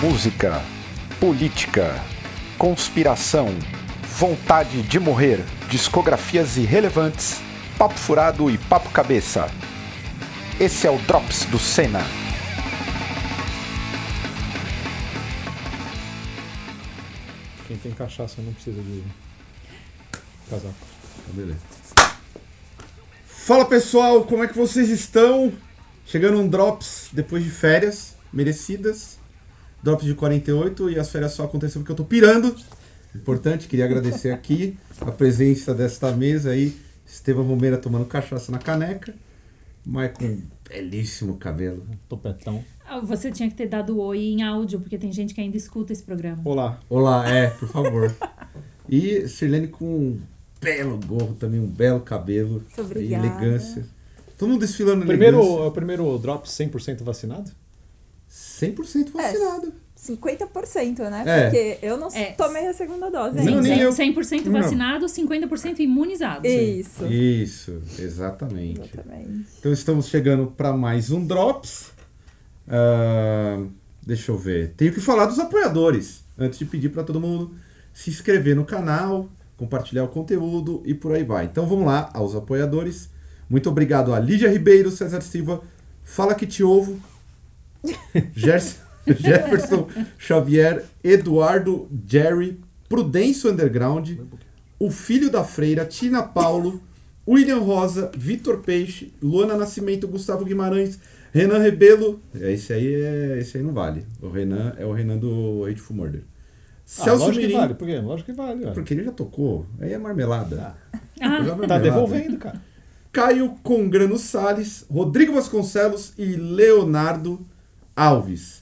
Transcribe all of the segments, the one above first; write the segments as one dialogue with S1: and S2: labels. S1: música, política, conspiração, vontade de morrer, discografias irrelevantes, papo furado e papo cabeça. Esse é o Drops do Senna.
S2: Quem tem cachaça não precisa de casaco.
S3: Fala pessoal, como é que vocês estão? Chegando um Drops depois de férias merecidas. Drops de 48 e as férias só aconteceram porque eu tô pirando. Importante, queria agradecer aqui a presença desta mesa aí. Estevam Romeira tomando cachaça na caneca. Maicon, belíssimo cabelo.
S2: Topetão.
S4: Ah, Você tinha que ter dado oi em áudio, porque tem gente que ainda escuta esse programa.
S2: Olá.
S3: Olá, é, por favor. E Sirlene com um belo gorro também, um belo cabelo.
S5: Muito obrigada.
S3: E elegância. Todo mundo desfilando
S2: Primeiro,
S3: elegância.
S2: é o primeiro drop 100% vacinado?
S3: 100% vacinado.
S5: 50%, né?
S3: É.
S5: Porque eu não
S4: É.
S5: tomei a segunda dose
S4: Assim,
S3: Sim,
S5: ainda.
S3: nem eu.
S4: 100%
S3: Não.
S4: vacinado, 50% imunizado.
S5: Isso.
S3: Isso, exatamente.
S5: Exatamente.
S3: Então estamos chegando para mais um Drops. Ah, deixa eu ver. Tenho que falar dos apoiadores. Antes de pedir para todo mundo se inscrever no canal, compartilhar o conteúdo e por aí vai. Então vamos lá aos apoiadores. Muito obrigado a Lídia Ribeiro, César Silva, Fala Que Te Ovo, Gerson- Jefferson Xavier, Eduardo, Jerry, Prudêncio Underground,
S2: um
S3: o Filho da Freira, Tina Paulo, William Rosa, Vitor Peixe, Luana Nascimento, Gustavo Guimarães, Renan Rebelo. É, Esse aí é. Esse aí não vale. O Renan é o Renan do Hateful Murder.
S4: é
S2: ah,
S3: Celso
S2: lógico
S3: Mirim,
S2: que vale. Por quê? Lógico que vale. ué.
S3: porque ele já tocou. Aí é marmelada.
S4: Ah,
S3: Já é
S2: Tá
S3: marmelada.
S2: devolvendo, cara.
S3: Caio Congrano Salles, Rodrigo Vasconcelos e Leonardo Alves.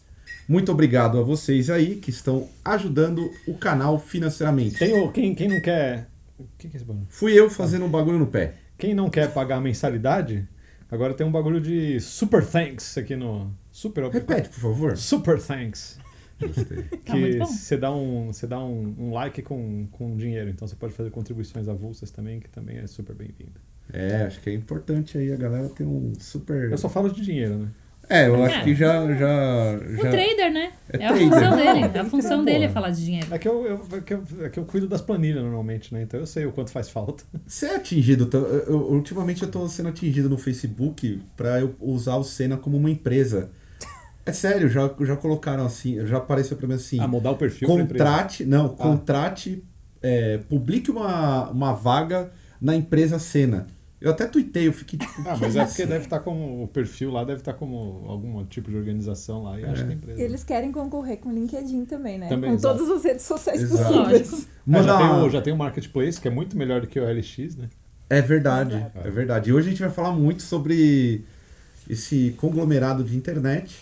S3: Muito obrigado a vocês aí que estão ajudando o canal financeiramente.
S2: Tem o, quem, quem não quer... O que que é esse bagulho?
S3: Fui eu fazendo um bagulho no pé.
S2: Quem não quer pagar a mensalidade, agora tem um bagulho de super thanks aqui no... Super...
S3: Repete, por favor.
S2: Super thanks.
S4: Tá muito
S2: Que
S4: bom.
S2: você dá um, você dá um, um like com, com dinheiro. Então você pode fazer contribuições avulsas também, que também é super bem-vindo.
S3: É, acho que é importante aí a galera ter um super.
S2: Eu só falo de dinheiro, né?
S3: É, eu
S4: É.
S3: acho que já. já,
S4: o
S3: já...
S4: trader, né?
S3: É
S4: É, a
S3: trader.
S4: função
S2: Não,
S4: dele.
S2: tem
S4: A
S2: que
S4: função
S2: ter,
S4: dele é
S2: porra.
S4: falar de dinheiro.
S2: É que eu, eu- é que eu, é que eu cuido das planilhas normalmente, né? Então eu sei o quanto faz falta.
S3: Você é atingido. tá? Eu- eu- ultimamente eu tô sendo atingido no Facebook pra eu usar o Senna como uma empresa. É sério, já, já colocaram assim, já apareceu pra mim assim.
S2: Ah, mudar o perfil pra empresa. Ah.
S3: contrate, não, contrate, é, publique uma, uma vaga na empresa Senna. Eu até tuitei, eu fiquei tipo.
S2: Ah,
S3: que
S2: mas é
S3: isso?
S2: porque deve estar como. O perfil lá deve estar como algum tipo de organização lá e acho que é empresa.
S5: E eles querem concorrer com o LinkedIn também, né?
S2: Também,
S5: com
S2: exato.
S5: todas as redes sociais
S3: É Exato.
S5: possíveis.
S4: Lógico.
S2: Ah, já,
S3: Manda-
S2: tem o, já tem o Marketplace, que é muito melhor do que o LX, né?
S3: É verdade, é verdade. E hoje a gente vai falar muito sobre esse conglomerado de internet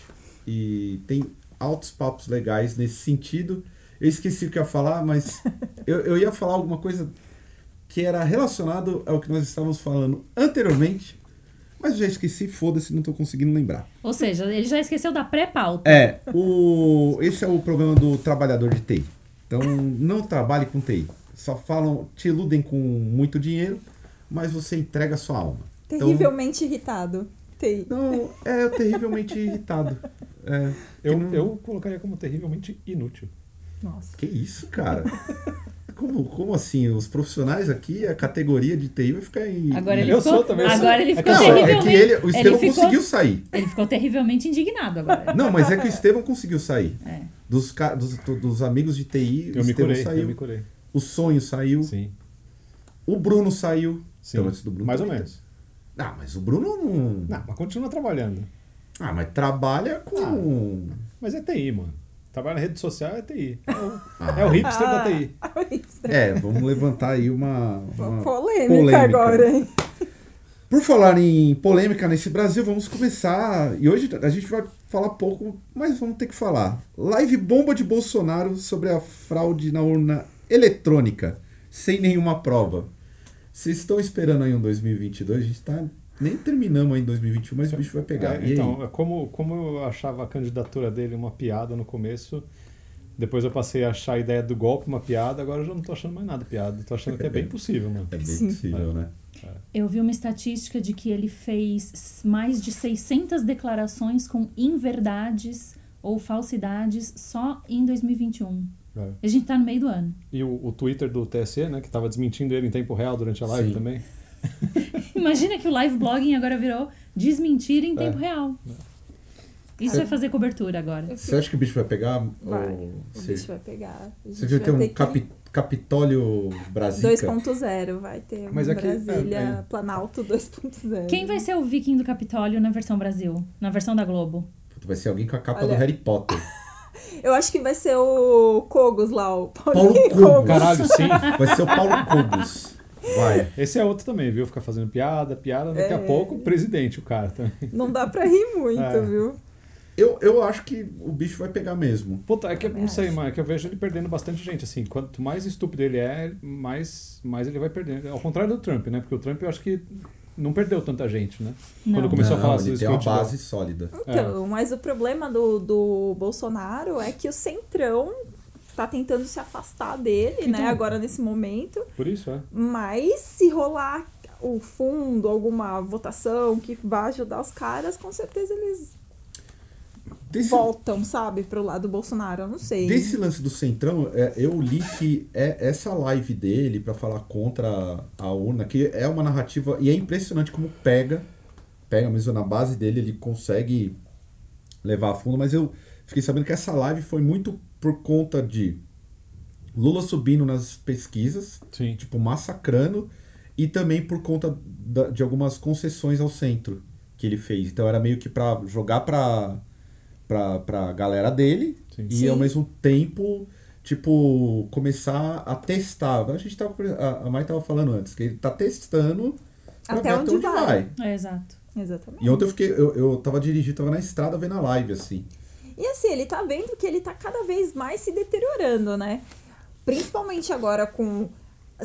S3: e tem altos papos legais nesse sentido. Eu esqueci o que eu ia falar, mas eu, eu ia falar alguma coisa que era relacionado ao que nós estávamos falando anteriormente, mas eu já esqueci, foda-se, não estou conseguindo lembrar.
S4: Ou seja, ele já esqueceu da pré-pauta.
S3: É, o, esse é o problema do trabalhador de TI. Então, não trabalhe com TI. Só falam, te iludem com muito dinheiro, mas você entrega a sua alma. Então-
S5: Terrivelmente irritado. Tem.
S3: Não, é eu terrivelmente irritado. É,
S2: Eu,
S3: que não-
S2: eu colocaria como terrivelmente inútil.
S5: Nossa.
S3: Que isso, cara? Como, como assim? Os profissionais aqui, a categoria de TI vai ficar em.
S4: Agora ele
S2: É. Eu
S4: ficou,
S2: sou também, eu sou.
S4: agora ele
S2: É que
S4: ficou
S2: eu sou.
S3: Não, é
S4: terrivelmente.
S3: que ele, o
S4: ele
S3: Estevão
S4: ficou-
S3: conseguiu sair.
S4: ele ficou terrivelmente indignado agora.
S3: Não, mas é que o Estevão conseguiu sair.
S4: É.
S3: Dos, ca- dos, dos amigos de TI, o
S2: Eu me
S3: Estevão
S2: curei,
S3: saiu.
S2: eu me curei.
S3: O sonho saiu.
S2: Sim.
S3: O Bruno saiu.
S2: sim.
S3: Então, antes do Bruno
S2: Mais ou
S3: também
S2: menos.
S3: Ah, mas o Bruno não.
S2: Não, mas continua trabalhando.
S3: Ah, mas trabalha com.
S2: Mas é TI, mano. Trabalha na rede social é TI. É o,
S3: Ah.
S2: é o hipster da TI.
S3: É, vamos levantar aí uma. uma-
S5: Uma polêmica, agora, hein?
S3: Por falar em polêmica nesse Brasil, vamos começar. E hoje a gente vai falar pouco, mas vamos ter que falar. Live bomba de Bolsonaro sobre a fraude na urna eletrônica, sem nenhuma prova. Vocês estão esperando aí um 2022? A gente tá. Nem terminamos aí em 2021, mas o bicho vai pegar.
S2: É,
S3: E
S2: então,
S3: aí?
S2: é como, como eu achava a candidatura dele uma piada no começo, depois eu passei a achar a ideia do golpe uma piada, agora eu já não tô achando mais nada piada. Tô achando que é bem possível, mano.
S3: É bem
S5: Sim.
S3: possível, né?
S4: Eu vi uma estatística de que ele fez mais de 600 declarações com inverdades ou falsidades só em 2021.
S2: É.
S4: A gente tá no meio do ano.
S2: E o, o Twitter do TSE, né? Que tava desmentindo ele em tempo real durante a live
S3: Sim.
S2: também.
S4: Imagina que o live blogging agora virou desmentir em
S2: É.
S4: tempo real. Isso vai fazer cobertura agora.
S5: Eu
S3: Você
S5: fico-
S3: acha que o bicho vai pegar?
S5: Vai.
S3: Ou
S5: O
S3: você,
S5: bicho vai pegar. A
S3: você viu
S5: gente vai
S3: que tem
S5: ter
S3: um
S5: que-
S3: capi- Capitólio Brasil?
S5: 2.0 vai ter um
S3: Mas é que-
S5: Brasília,
S3: é, é.
S5: Planalto 2.0.
S4: Quem vai ser o viking do Capitólio na versão Brasil? Na versão da Globo?
S3: Vai ser alguém com a capa
S5: Olha.
S3: do Harry Potter.
S5: Eu acho que vai ser o Cogos lá, o
S3: Paulo
S5: Paulinho
S3: Cogos.
S2: Caralho, sim.
S3: Vai ser o Paulo Cubos. Vai.
S2: Esse é outro também, viu? Ficar fazendo piada, piada. Daqui a
S5: É.
S2: pouco, o presidente, o cara tá. também.
S5: Não dá pra rir muito,
S2: É.
S5: viu?
S3: Eu, eu acho que o bicho vai pegar mesmo.
S2: Puta, é que eu não sei, mano. É que eu vejo ele perdendo bastante gente. Assim, quanto mais estúpido ele é, mais, mais ele vai perdendo. Ao contrário do Trump, né? Porque o Trump eu acho que não perdeu tanta gente, né?
S4: Não.
S2: Quando
S3: Não,
S2: começou a falar
S3: ele
S2: sobre
S3: tem uma
S2: escrutidão.
S3: base sólida.
S5: Então, mas o problema do, do Bolsonaro é que o Centrão tá tentando se afastar dele, né,
S2: Então.
S5: agora nesse momento.
S2: Por isso, é.
S5: Mas se rolar o fundo, alguma votação que vá ajudar os caras, com certeza eles
S3: Desse,
S5: voltam, sabe, pro lado do Bolsonaro. Eu não sei.
S3: desse lance do Centrão, é, eu li que é essa live dele pra falar contra a urna, que é uma narrativa. E é impressionante como pega. Pega mesmo na base dele, ele consegue levar a fundo, mas eu fiquei sabendo que essa live foi muito por conta de Lula subindo nas pesquisas.
S2: Sim.
S3: tipo, massacrando, e também por conta da- de algumas concessões ao centro que ele fez. Então era meio que pra jogar pra, pra, pra galera dele
S2: Sim.
S3: e
S5: Sim.
S3: ao mesmo tempo, tipo, começar a testar. A gente tava, conver- a, a Mai tava falando antes, que ele tá testando pra
S5: Até
S3: ver
S5: onde vai.
S4: É, exato.
S5: Exatamente.
S3: E ontem eu fiquei, eu, eu tava dirigindo, tava na estrada vendo a live, assim.
S5: E assim, ele tá vendo que ele tá cada vez mais se deteriorando, né? Principalmente agora com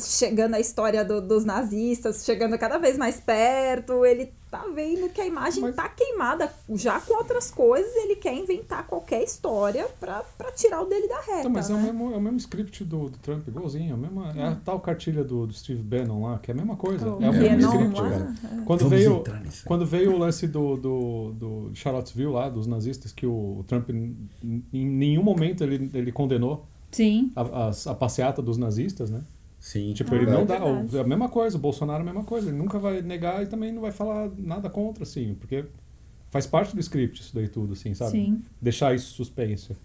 S5: chegando a história do- dos nazistas, chegando cada vez mais perto, ele tá vendo que a imagem tá queimada já com outras coisas, ele quer inventar qualquer história pra, pra tirar o dele da reta.
S2: Não, mas é o
S5: né?
S2: mesmo, é o mesmo script do, do Trump, igualzinho. É a, mesma, é a tal cartilha do, do Steve Bannon lá, que é a mesma coisa.
S5: Então,
S2: é o
S3: É,
S2: mesmo
S5: Bannon
S2: script,
S5: lá,
S2: cara.
S5: é.
S2: Quando
S3: Vamos
S2: veio,
S3: entrar nisso aí.
S2: quando veio o lance do, do, do Charlottesville lá, dos nazistas, que o Trump em em nenhum momento ele, ele condenou
S4: Sim.
S2: a, a- a passeata dos nazistas, né?
S3: Sim,
S2: Tipo,
S5: Ah,
S2: ele
S5: é
S2: não dá.
S5: verdade.
S2: o- a mesma coisa, o Bolsonaro é a mesma coisa. Ele nunca vai negar e também não vai falar nada contra, assim, porque faz parte do script isso daí tudo, assim, sabe?
S4: Sim.
S2: Deixar isso suspenso.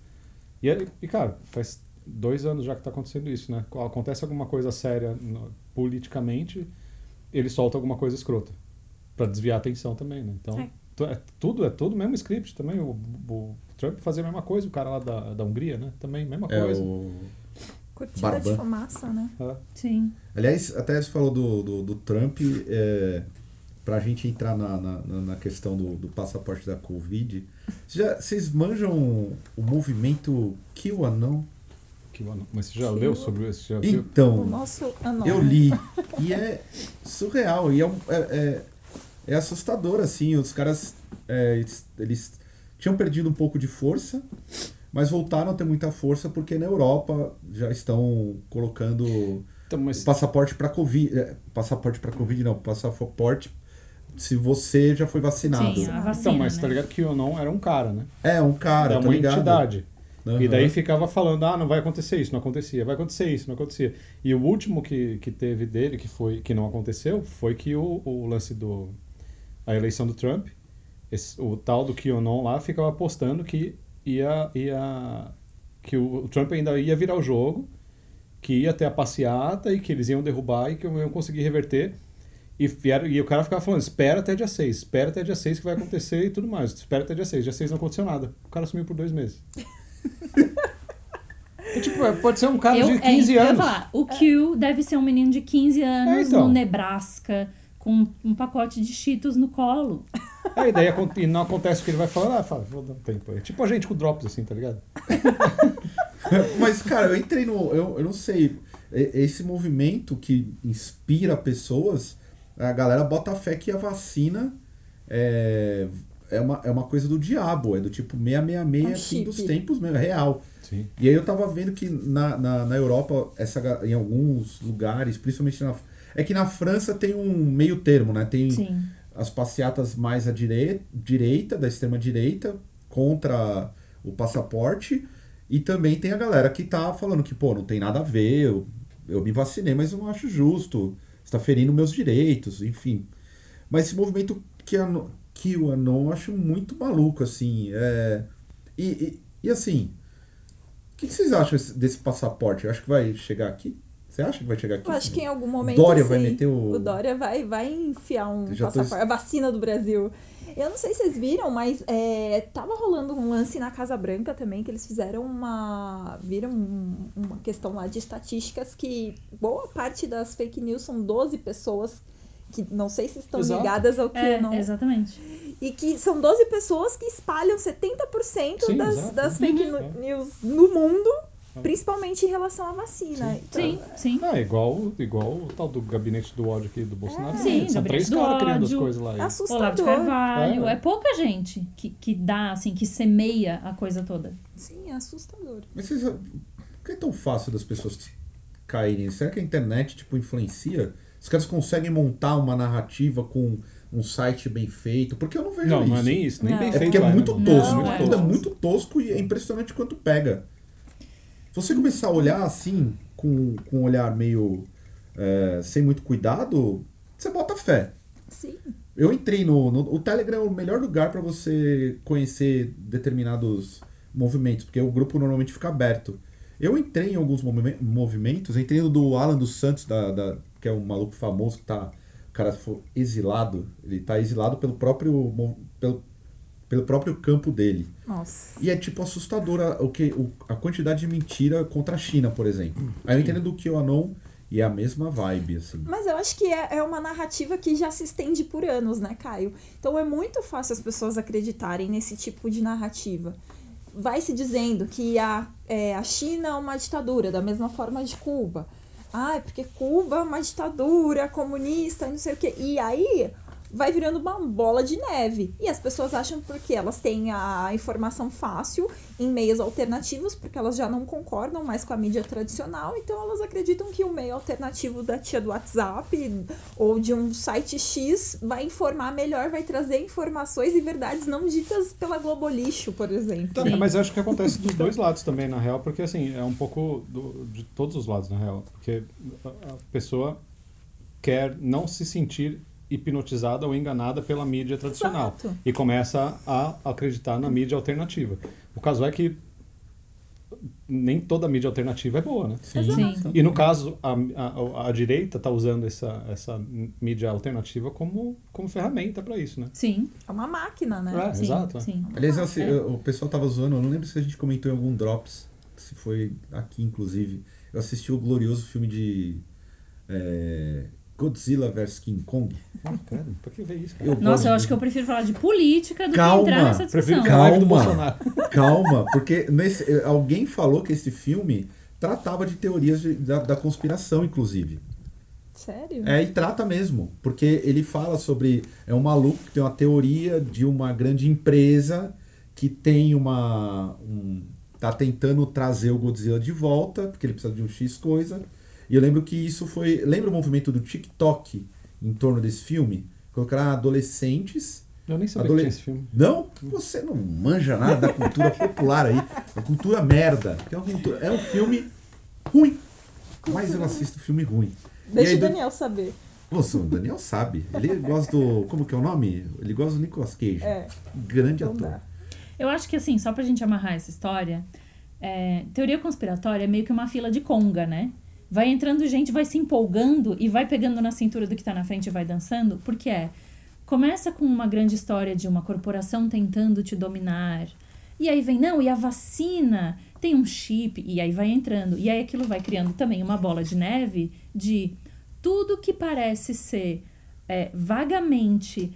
S2: E, ele- e, cara, faz dois anos já que tá acontecendo isso, né? Qu- Acontece alguma coisa séria no- politicamente, ele solta alguma coisa escrota. Pra desviar a atenção também, né? Então,
S5: É.
S2: tu- é tudo, é tudo o mesmo script também. O, o Trump fazia a mesma coisa, o cara lá da, da Hungria, né? Também, mesma
S3: é
S2: coisa.
S3: o...
S5: Curtida de
S3: Barban.
S5: fumaça, né?
S2: É.
S4: Sim.
S3: Aliás, até você falou do, do, do Trump, é, para a gente entrar na, na, na- na questão do, do passaporte da Covid, vocês já- vocês manjam o movimento QAnon?
S2: Que, mas você já leu sobre isso? Já viu?
S5: O
S3: Então,
S5: nosso anônimo.
S3: eu li e é surreal e é, um- é, é, é assustador assim. Os caras é, eles, eles tinham perdido um pouco de força, mas voltaram a ter muita força porque na Europa já estão colocando
S2: Então, mas
S3: o passaporte para Covid. é, Passaporte para Covid, não. Passaporte se você já foi vacinado.
S4: Sim, a vacina.
S2: Então, mas tá
S4: né?
S2: ligado que o não era um cara, né?
S3: É, um cara,
S2: era
S3: tá
S2: uma
S3: ligado?
S2: entidade.
S3: Aham.
S2: E daí ficava falando, ah, não vai acontecer isso, não acontecia, vai acontecer isso, não acontecia. E o último que, que teve dele, que, foi, que não aconteceu, foi que o, o lance do... A eleição do Trump, esse- o tal do QAnon lá ficava apostando que ia... ia que o, o Trump ainda ia virar o jogo, que ia ter a passeata e que eles iam derrubar e que iam conseguir reverter. E, vieram, e o cara ficava falando, espera até dia 6, espera até dia 6 que vai acontecer e tudo mais. Espera até dia 6, dia 6 não aconteceu nada. O cara sumiu por dois meses. É tipo, é, pode ser um cara
S4: Eu-
S2: de 15
S4: é, eu ia
S2: anos.
S4: falar, o Q deve ser um menino de 15 anos
S2: É, então.
S4: no Nebraska com um pacote de Cheetos no colo.
S2: Aí daí acon- É, e não acontece o que ele vai falar, ah, fala, vou dar um tempo aí. Tipo a gente com drops, assim, tá ligado?
S3: Mas, cara, eu entrei no. Eu, eu não sei. e- Esse movimento que inspira pessoas, a galera bota fé que a vacina é, é, uma, é uma coisa do diabo, é do tipo 666,
S5: É um
S3: assim,
S5: chip.
S3: dos tempos mesmo, é real.
S2: Sim.
S3: E aí eu tava vendo que na, na, na Europa, essa, ga- em alguns lugares, principalmente na. É que na França tem um meio termo, né? Tem
S4: Sim.
S3: as passeatas mais à direi- direita, da extrema direita, contra o passaporte. E também tem a galera que tá falando que, pô, não tem nada a ver, eu, eu me vacinei, mas eu não acho justo, está ferindo meus direitos, enfim. Mas esse movimento que a que o Anon eu acho muito maluco, assim. É... E, e, e, assim, o que, que vocês acham desse, desse passaporte? Eu acho que vai chegar aqui? Você acha que vai chegar aqui?
S5: Eu acho que em algum momento.
S3: Dória
S5: sim,
S3: vai meter o-
S5: O Dória vai, vai enfiar um
S3: Eu já tô
S5: passaporte. A vacina do Brasil. Eu não sei se vocês viram, mas é, tava rolando um lance na Casa Branca também, que eles fizeram uma. Viram um- uma questão lá de estatísticas que boa parte das fake news são 12 pessoas que não sei se estão
S2: Exato.
S5: ligadas ao que
S4: É,
S5: não.
S4: exatamente.
S5: E que são 12 pessoas que espalham 70%
S2: Sim,
S5: das,
S2: exato.
S5: das fake
S2: Uhum.
S5: nu- news no mundo,
S2: É.
S5: principalmente em relação à vacina. Então,
S4: Sim, sim.
S2: Ah, igual, igual o tal do gabinete do ódio aqui do Bolsonaro.
S4: Sim,
S2: São
S4: gabinete
S2: três
S4: do
S2: caras criando as
S4: ódio.
S2: coisas lá.
S5: é
S2: Aí.
S5: assustador.
S4: Olavo de Carvalho.
S2: É.
S4: É pouca gente que, que dá, assim, que semeia a coisa toda.
S5: Sim, é assustador.
S3: Mas vocês, por que é tão fácil das pessoas caírem? Será que a internet tipo, influencia? Os caras conseguem montar uma narrativa com um site bem feito? Porque eu não vejo
S2: Não,
S3: isso.
S2: não é nem isso, nem
S5: Não.
S2: bem
S3: É
S2: feito.
S3: porque é
S2: lá,
S3: muito
S2: né?
S3: tosco.
S5: Não, é.
S3: tudo é muito tosco e é impressionante quanto pega. Se você começar a olhar assim, com, com um olhar meio. é, sem muito cuidado, você bota fé.
S5: Sim.
S3: Eu entrei no, no- O Telegram é o melhor lugar para você conhecer determinados movimentos, porque o grupo normalmente fica aberto. Eu entrei em alguns movimen- movimentos, entrei no do Alan dos Santos, da, da- que é um maluco famoso que tá. O cara foi exilado. Ele tá exilado pelo próprio, mo- pelo, pelo próprio campo dele.
S5: Nossa.
S3: E é tipo assustadora o que, o- a quantidade de mentira contra a China, por exemplo. Aí eu entendo do QAnon e é a mesma vibe, assim.
S5: Mas eu acho que é, é uma narrativa que já se estende por anos, né, Caio? Então é muito fácil as pessoas acreditarem nesse tipo de narrativa. Vai se dizendo que a, é, a China é uma ditadura, da mesma forma de Cuba. Ah, é porque Cuba é uma ditadura comunista e não sei o quê. E aí vai virando uma bola de neve. E as pessoas acham porque elas têm a informação fácil em meios alternativos, porque elas já não concordam mais com a mídia tradicional, então elas acreditam que o meio alternativo da tia do WhatsApp ou de um site X vai informar melhor, vai trazer informações e verdades não ditas pela Globolixo, por exemplo.
S2: Tá,
S4: Sim.
S2: mas eu acho que acontece dos dois lados também, na real, porque assim, é um pouco do- de todos os lados, na real. Porque a, a pessoa quer não se sentir hipnotizada ou enganada pela mídia tradicional.
S5: Exato.
S2: E começa a acreditar na mídia alternativa. O caso é que nem toda mídia alternativa é boa, né?
S4: Sim.
S2: E no caso, a, a, a direita está usando essa, essa mídia alternativa como, como ferramenta para isso, né?
S4: Sim,
S5: É uma máquina, né?
S2: É,
S4: sim,
S2: exato. é.
S4: sim.
S3: Aliás, eu- assim, eu- o pessoal tava zoando, eu não lembro se a gente comentou em algum Drops, se foi aqui, inclusive. Eu assisti o glorioso filme de é, Godzilla vs King Kong.
S2: Ah, credo, pra que ver isso? cara?
S3: Eu
S4: Nossa, eu
S3: gosto-
S4: acho que eu prefiro falar de política do
S3: Calma,
S4: que entrar nessa
S2: Prefiro
S4: discussão.
S2: que a live do
S3: Calma.
S2: Bolsonaro.
S3: Calma, porque nesse- eh, alguém falou que esse filme tratava de teorias de- da- da conspiração, inclusive.
S5: Sério?
S3: É, e trata mesmo, porque ele fala sobre. É um maluco que tem uma teoria de uma grande empresa que tem uma. Um, tá tentando trazer o Godzilla de volta, porque ele precisa de um X coisa. E eu lembro que isso foi. Lembra o movimento do TikTok em torno desse filme? Colocaram adolescentes
S2: Eu nem sabia
S3: Adole-
S2: que tinha esse filme.
S3: não, você não manja nada da cultura popular aí. Da cultura merda. que É, uma cultura- é um filme ruim. Mas eu assisto filme ruim.
S5: Deixa
S3: e aí,
S5: o
S3: do-
S5: Daniel saber.
S3: Nossa, o Daniel sabe. Ele gosta do. Como que é o nome? Ele gosta do Nicolas Cage.
S5: É.
S3: Grande
S5: Não
S3: ator.
S5: dá.
S4: Eu acho que assim, só pra gente amarrar essa história, é, teoria conspiratória é meio que uma fila de conga, né? Vai entrando gente, vai se empolgando e vai pegando na cintura do que tá na frente e vai dançando, porque é. Começa com uma grande história de uma corporação tentando te dominar. E aí vem, não, e a vacina tem um chip, e aí vai entrando. E aí aquilo vai criando também uma bola de neve de tudo que parece ser é, vagamente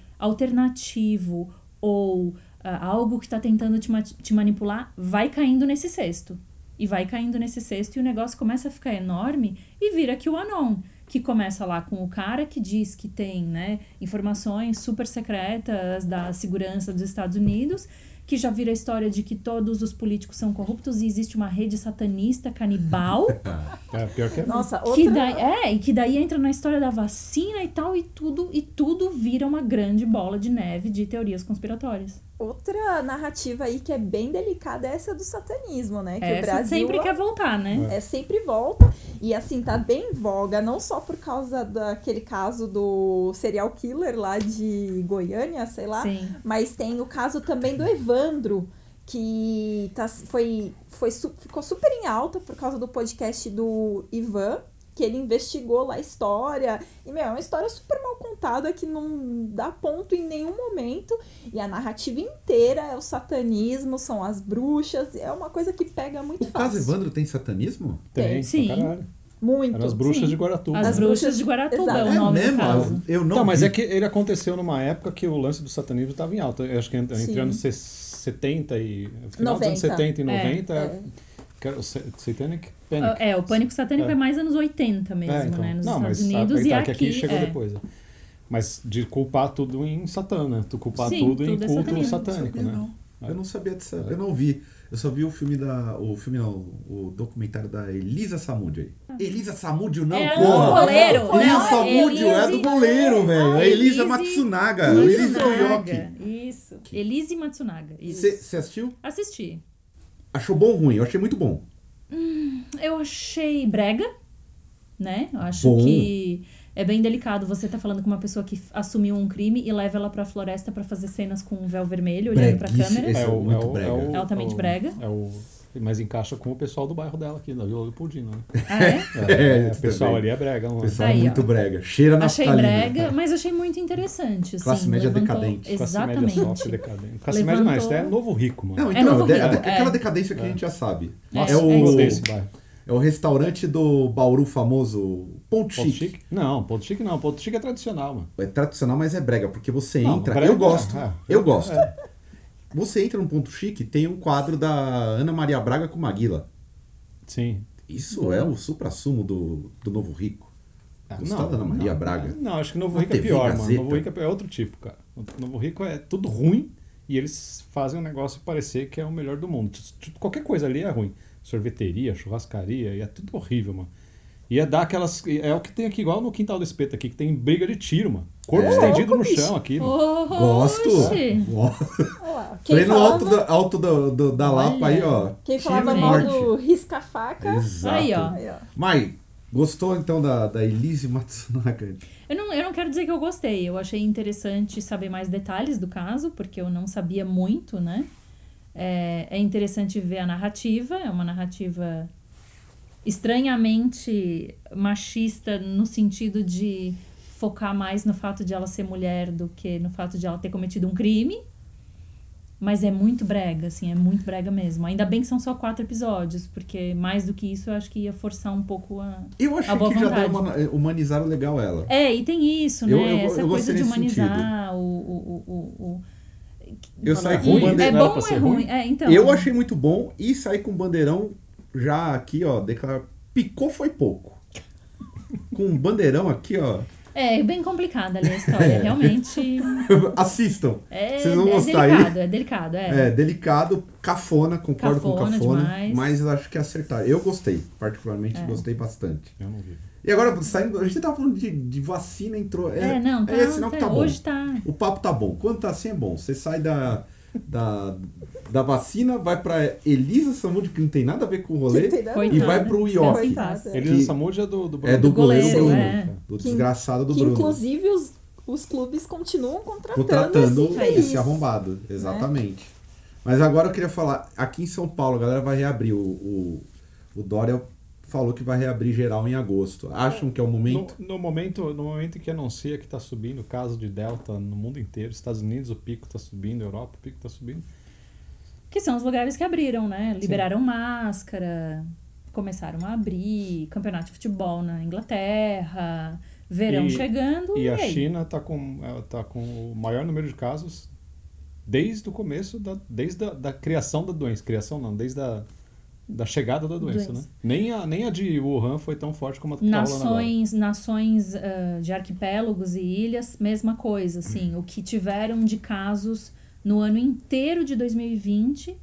S4: alternativo ou ah, algo que está tentando te, ma- te manipular vai caindo nesse cesto. E vai caindo nesse cesto e o negócio começa a ficar enorme e vira que o Anon, que começa lá com o cara que diz que tem né, informações super secretas da segurança dos Estados Unidos, que já vira a história de que todos os políticos são corruptos e existe uma rede satanista canibal.
S2: É, pior
S3: Hum.
S2: que é.
S5: Nossa,
S4: Que
S5: outra...
S4: daí, é, e que daí entra na história da vacina e tal, e tudo, e tudo vira uma grande bola de neve de teorias conspiratórias.
S5: outra narrativa aí que é bem delicada é essa do satanismo, né? Que o
S4: É, Essa
S5: Brasil
S4: sempre quer voltar, né?
S5: é, sempre volta. E assim, tá bem em voga, não só por causa daquele caso do serial killer lá de Goiânia, sei lá,
S4: Sim.
S5: mas tem o caso também do Evandro, que tá, foi, foi, su- ficou super em alta por causa do podcast do Ivan, que ele investigou lá a história. E, meu, é uma história super mal contada que não dá ponto em nenhum momento. E a narrativa inteira é o satanismo, são as bruxas, é uma coisa que pega muito
S3: O caso
S5: fácil.
S3: Evandro tem satanismo?
S2: Tem,
S4: é, Sim.
S2: pra caralho.
S5: Muito.
S2: Eram as bruxas
S4: Sim.
S2: de Guaratuba. né?
S4: As
S5: As
S4: bruxas
S5: é bruxas-
S4: de Guaratuba é
S5: Exato.
S4: o nome
S3: é
S4: do
S3: mesmo?
S4: caso.
S3: Eu não
S2: Não, mas
S3: vi.
S2: é que ele aconteceu numa época que o lance do satanismo estava em alta. Eu acho que entre, entre
S5: Sim.
S2: anos se- 70 e. Final dos anos
S5: 90.
S2: 70 e 90.
S5: É.
S2: que era o sa- Satanic
S4: Ah,
S2: Panic.
S4: É, o pânico satânico é,
S2: É.
S4: mais anos 80 mesmo,
S2: É, então.
S4: né? Nos
S2: não,
S4: Estados
S2: mas
S4: Unidos
S2: a,
S4: e
S2: tá,
S4: aqui.
S2: que aqui chegou
S4: é.
S2: depois. né? Mas de culpar tudo em Satã, né? Tu culpar
S4: Sim,
S2: tudo em
S4: tudo é
S2: culto
S4: satanismo.
S2: satânico,
S3: Eu
S2: né?
S3: não. Eu não sabia dessa. Eu não vi. Eu só vi o filme da. O filme não, o documentário da Elisa Samúdio aí. Elisa Samúdio não,
S4: É, o
S3: porra!
S4: goleiro.
S5: Não,
S3: Elisa
S4: não,
S3: Samúdio é a do
S4: Elise-
S3: goleiro, velho.
S4: Ah,
S3: A Elisa
S4: Elise-
S3: Matsunaga. a Elise Toyoki.
S4: Matsunaga. Isso.
S3: Que-
S4: Elise Matsunaga. Isso.
S3: Você assistiu?
S4: Assisti.
S3: Achou bom ou ruim? Eu achei muito bom.
S4: Eu achei brega, né? Eu acho
S3: Bom.
S4: que é bem delicado você tá falando com uma pessoa que f- assumiu um crime e leva ela pra floresta pra fazer cenas com um véu vermelho, olhando pra
S3: Breguice-
S4: câmera.
S3: Esse é muito brega.
S4: É altamente brega.
S2: É o, mas encaixa com o pessoal do bairro dela aqui, da Vila Leopoldina, né?
S4: Ah, é?
S3: É,
S2: o pessoal
S3: também.
S2: ali é brega, mano.
S3: O pessoal
S4: Tá Aí,
S3: é muito
S4: ó.
S3: brega. Cheira na
S4: Achei brega, mas achei muito interessante. Assim,
S3: né? Classe média
S4: levantou...
S3: decadente.
S2: Classe
S4: Exatamente.
S2: média sofre decadente. Classe média não,
S4: Levantou-
S2: isso é novo rico, mano.
S3: Não,
S4: É
S3: então,
S4: novo
S3: de-
S4: Rio,
S3: a de-
S4: é.
S3: aquela decadência que a gente já sabe.
S4: Nossa,
S3: é, o,
S4: é isso.
S2: Gostei desse bairro.
S3: é o restaurante do Bauru famoso, Ponto
S2: Ponto
S3: Chique.
S2: chique? Não, ponto chique não. Ponto chique é tradicional, mano.
S3: É tradicional, mas é brega, porque você
S2: Não,
S3: entra.
S2: brega,
S3: eu gosto.
S2: é.
S3: Eu gosto. Você entra num ponto chique, tem um quadro da Ana Maria Braga com Maguila.
S2: Sim.
S3: Isso é o supra-sumo do, do Novo Rico.
S2: Ah,
S3: Gostava da Ana Maria Braga?
S2: Não, acho que Novo
S3: Na
S2: Rico é
S3: TV
S2: pior, mano.
S3: Gazeta.
S2: Novo Rico é outro tipo, cara. Novo Rico é tudo ruim e eles fazem um negócio parecer que é o melhor do mundo. Tu- tu- Qualquer coisa ali é ruim. Sorveteria, churrascaria, e é tudo horrível, mano. E é dar aquelas. É o que tem aqui, igual no quintal do espeto aqui, que tem briga de tiro, mano. Corpo
S3: É.
S2: estendido no
S5: Louco, bicho.
S2: chão aqui. mano.
S3: Gosto!
S4: Oxi.
S3: Gosto.
S5: Olha lá, Quem
S3: Pleno
S5: falava,
S3: alto, da, alto do- do- da Lapa aí, ó.
S5: quem
S3: Tiro
S5: falava
S3: e
S5: mal
S3: morte.
S5: do risca-faca.
S3: Exato.
S4: Aí, ó.
S5: Aí, ó.
S3: Mai, gostou então da, da Elise Matsunaga?
S4: Eu não, eu não quero dizer que eu gostei. Eu achei interessante saber mais detalhes do caso, porque eu não sabia muito, né? É, é interessante ver a narrativa. É uma narrativa estranhamente machista no sentido de focar mais no fato de ela ser mulher do que no fato de ela ter cometido um crime. Mas é muito brega, assim, é muito brega mesmo. Ainda bem que são só quatro episódios, porque mais do que isso eu acho que ia forçar um pouco a.
S3: Eu achei
S4: A boa
S3: que já
S4: vontade.
S3: deram uma, humanizaram legal ela.
S4: É, e tem isso, né?
S3: Eu- eu-
S4: Essa
S3: eu
S4: coisa
S3: gostei
S4: de
S3: nesse
S4: humanizar o, o, o, o, o-
S3: Eu
S2: é
S3: saí com
S2: ruim,
S3: o
S4: É
S2: não
S4: bom
S2: era
S4: ou
S2: pra
S4: é
S2: ser
S4: ruim?
S2: ruim?
S4: É, então.
S3: Eu achei muito bom e saí com o bandeirão já aqui, ó, declarar picou foi pouco. com um bandeirão aqui, ó.
S4: É bem complicada ali a história, realmente.
S3: Assistam.
S4: É,
S3: É. Vocês vão
S4: é
S3: gostar aí.
S4: delicado, é delicado, é.
S3: É, delicado, cafona, concordo com
S4: Cafona
S3: cafona,
S4: demais. É.
S3: mas eu acho que acertaram. Eu gostei, particularmente gostei bastante.
S2: Eu não vi.
S3: E agora, saindo, a gente tava falando de, de vacina, entrou.
S4: É, não, tá,
S3: é sinal
S4: tá,
S3: que tá bom.
S4: hoje tá.
S3: O papo tá bom. Quando tá assim é bom. Você sai da, da, da vacina, vai pra Elisa Samudio, que não tem nada a ver com o rolê,
S5: Que tem nada a
S3: e
S4: Coitada.
S3: vai pro Ioki.
S5: Coitada.
S2: Elisa
S3: Que-
S2: Samud é do, do
S3: É do,
S4: Do
S3: goleiro,
S4: goleiro,
S3: Bruno,
S4: é.
S3: do
S5: né? Que-
S3: desgraçado do
S5: que
S3: Bruno.
S5: inclusive é os, os clubes continuam contratando,
S3: contratando
S5: esse
S3: esse,
S5: infeliz.
S3: arrombado.
S5: né?
S3: Exatamente. Mas agora eu queria falar, aqui em São Paulo, a galera vai reabrir. O, o, o Dória falou que vai reabrir geral em agosto. Acham que é o
S2: No,
S3: momento?
S2: no momento, no momento em que anuncia que está subindo o caso de Delta no mundo inteiro, Estados Unidos o pico está subindo, Europa o pico está subindo,
S4: Que são os lugares que abriram, né? Liberaram máscara, começaram a abrir, campeonato de futebol na Inglaterra, verão
S2: E-
S4: chegando.
S2: E
S4: E,
S2: a
S4: aí?
S2: China está com, ela tá com o maior número de casos desde o começo, da, desde a da criação da doença. Criação não, desde a da chegada da doença,
S4: Doença.
S2: né? Nem a, nem a de Wuhan foi tão forte como a que tá rolando
S4: Nações, nações ah, de arquipélagos e ilhas, mesma coisa,
S2: Uhum.
S4: assim. O que tiveram de casos no ano inteiro de 2020,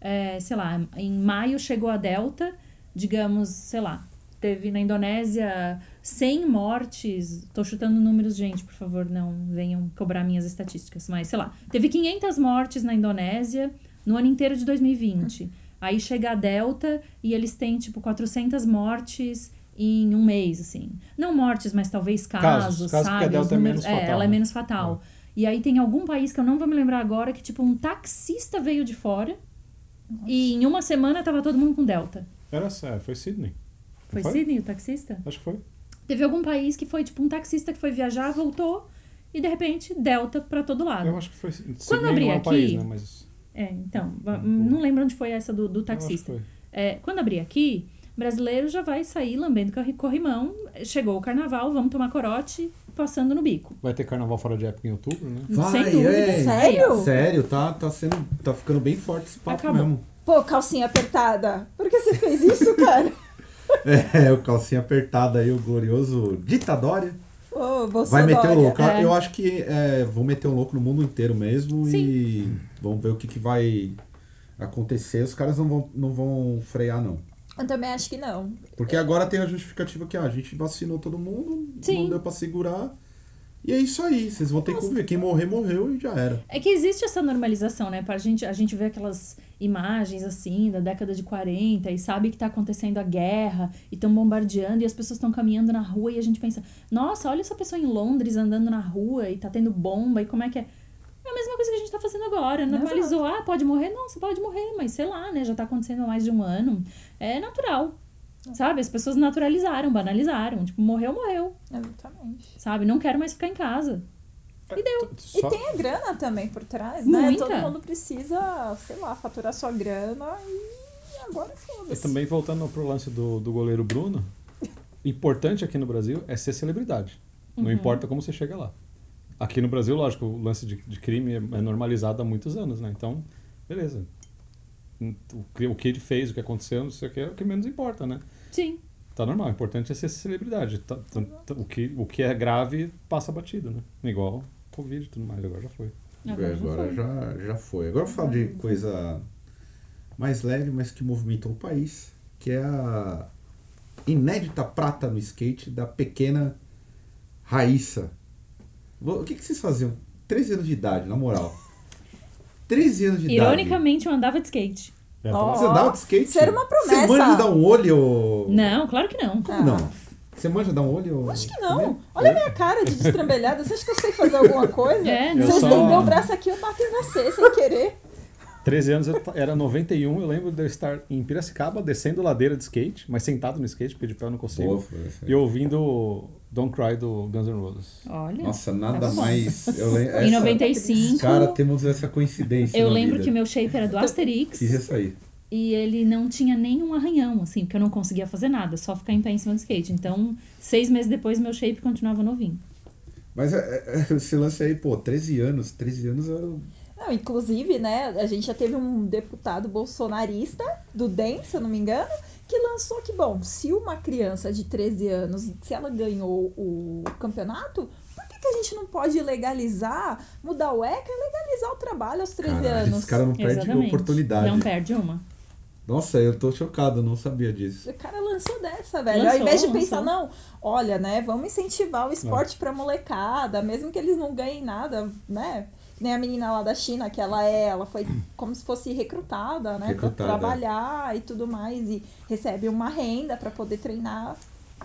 S4: eh, sei lá, em maio chegou a Delta, digamos, sei lá, Teve na Indonésia 100 mortes. Tô chutando números, gente, por favor, não venham cobrar minhas estatísticas. Mas, sei lá, teve 500 mortes na Indonésia no ano inteiro de 2020. Aí chega a Delta e eles têm, tipo, 400 mortes em um mês, assim. Não mortes, mas talvez casos,
S2: Casos, casos,
S4: sabe?
S2: porque a Delta
S4: Os
S2: é
S4: números-
S2: menos fatal,
S4: ela é
S2: né?
S4: menos fatal. E aí tem algum país que eu não vou me lembrar agora que, tipo, um taxista veio de fora e em uma semana tava todo mundo com Delta.
S2: Era sério, foi Sydney. Não
S4: Foi,
S2: foi?
S4: Sydney o taxista?
S2: Acho que foi.
S4: Teve algum país que foi, tipo, um taxista que foi viajar, voltou e, de repente, Delta pra todo lado.
S2: Eu acho que foi Sydney.
S4: Ah. Quando eu
S2: não
S4: abri
S2: é um
S4: aqui-
S2: país, né? Mas eu
S4: É, então, va- não lembro onde foi essa do,
S2: acho
S4: do
S2: que
S4: taxista.
S2: foi.
S4: É, quando abrir aqui, brasileiro já vai sair lambendo corri- corrimão. Chegou o carnaval, vamos tomar corote, passando no bico.
S2: Vai ter carnaval fora de época em outubro, né?
S4: Sem dúvida.
S3: é.
S5: Sério?
S3: Sério, tá, tá sendo. Tá ficando bem forte esse papo
S4: Acabou.
S3: mesmo.
S5: Pô, calcinha apertada. Por que você fez isso, cara?
S3: É, o calcinha apertada aí, o glorioso Ditadória.
S5: Ô,
S3: Vai
S5: Bolsonaro.
S3: meter o louco.
S4: É.
S3: Eu acho que é, vão meter o louco no mundo inteiro mesmo
S4: Sim.
S3: e vamos ver o que, que vai acontecer. Os caras não vão, não vão frear, não.
S5: Eu também acho que não.
S3: Porque agora tem a justificativa que ah, a gente vacinou todo mundo,
S4: Sim.
S3: não deu pra segurar. E é isso aí, vocês vão ter que conviver. Quem morrer, morreu e já era.
S4: É que existe essa normalização, né? Pra gente, a gente vê aquelas imagens assim da década de 40 e sabe que tá acontecendo a guerra e estão bombardeando e as pessoas estão caminhando na rua e a gente pensa, nossa, olha essa pessoa em Londres andando na rua e tá tendo bomba e como é que é? É a mesma coisa que a gente tá fazendo agora. Normalizou, ah, pode morrer? Não, você pode morrer, mas sei lá, né? Já tá acontecendo há mais de um ano. É natural. Sabe? As pessoas naturalizaram, banalizaram. Tipo, morreu, morreu.
S5: Exatamente.
S4: Sabe? Não quero mais ficar em casa. E deu.
S5: E
S2: Só-
S5: tem a grana também por trás, né?
S4: Muita.
S5: Todo mundo precisa, sei lá, faturar sua grana e agora
S2: E
S5: foda-se.
S2: também voltando pro lance do, do goleiro Bruno, importante aqui no Brasil é ser celebridade. Não importa como você chega lá. Aqui no Brasil, lógico, o lance de, de crime é, é normalizado há muitos anos, né? Então, beleza. Hum, O, que- o que ele fez, o que aconteceu, não sei o que, é o que menos importa, né?
S4: Sim.
S2: Tá normal, o importante é ser celebridade. Tá- tá- tá- o, que, o que é grave passa batido, né? Igual Covid e tudo mais, agora já foi.
S4: Agora, já foi.
S3: já, já foi. Agora eu falo de coisa mais leve, mas que movimentou o país, que é a inédita prata no skate da pequena Raíssa. Vo- O que, que vocês faziam? 13 anos de idade, na moral. 13 anos de idade.
S4: Ironicamente, eu andava de skate.
S2: É,
S5: Ó.
S3: Você andava de skate?
S5: Isso era uma promessa.
S3: Você manja dar um olho?
S4: Não, claro que não.
S5: Ah,
S3: Não. Você manja dar um olho?
S5: Acho que não. Olha a minha cara de destrambelhada. Você acha que eu sei fazer alguma coisa?
S4: É,
S5: Se
S4: não.
S5: eu
S2: Eu só-
S5: estender o braço aqui, eu bato em você sem querer.
S2: 13 anos, eu ta- era 91, eu lembro de eu estar em Piracicaba, descendo ladeira de skate, mas sentado no skate, porque de pé eu não consigo.
S3: Boa, foi essa.
S2: E ouvindo Don't Cry do Guns N' Roses.
S4: Olha.
S3: Nossa, nada
S4: Tá bom.
S3: mais. Eu lem-
S4: Em
S3: essa-
S4: 95,
S3: Cara, temos essa coincidência.
S4: eu
S3: na
S4: lembro
S3: vida.
S4: que meu shape era do
S5: Então,
S4: Asterix
S3: Quis isso aí.
S4: e ele não tinha nenhum arranhão, assim, porque eu não conseguia fazer nada, só ficar em pé em cima do skate. Então, seis meses depois, meu shape continuava novinho.
S3: Mas é, é, esse lance aí, pô, 13 anos. 13 anos eu.
S5: Não, inclusive, né, a gente já teve um deputado bolsonarista do DEM, se eu não me engano, que lançou que, bom, se uma criança de 13 anos, se ela ganhou o campeonato, por que, que a gente não pode legalizar, mudar o ECA e legalizar o trabalho aos 13
S3: Caralho,
S5: anos?
S3: Esse cara não perde
S4: Exatamente.
S3: oportunidade.
S4: Não perde uma.
S3: Nossa, eu tô chocado, eu não sabia disso.
S5: O cara lançou dessa, velho.
S4: Lançou,
S5: Ao invés de
S4: lançou.
S5: pensar, não, olha, né, vamos incentivar o esporte
S3: É.
S5: pra molecada, mesmo que eles não ganhem nada, né? Que Nem a menina lá da China, que ela é, ela foi como se fosse recrutada, né? Pra
S3: Recrutada. é.
S5: trabalhar e tudo mais, e recebe uma renda pra poder treinar.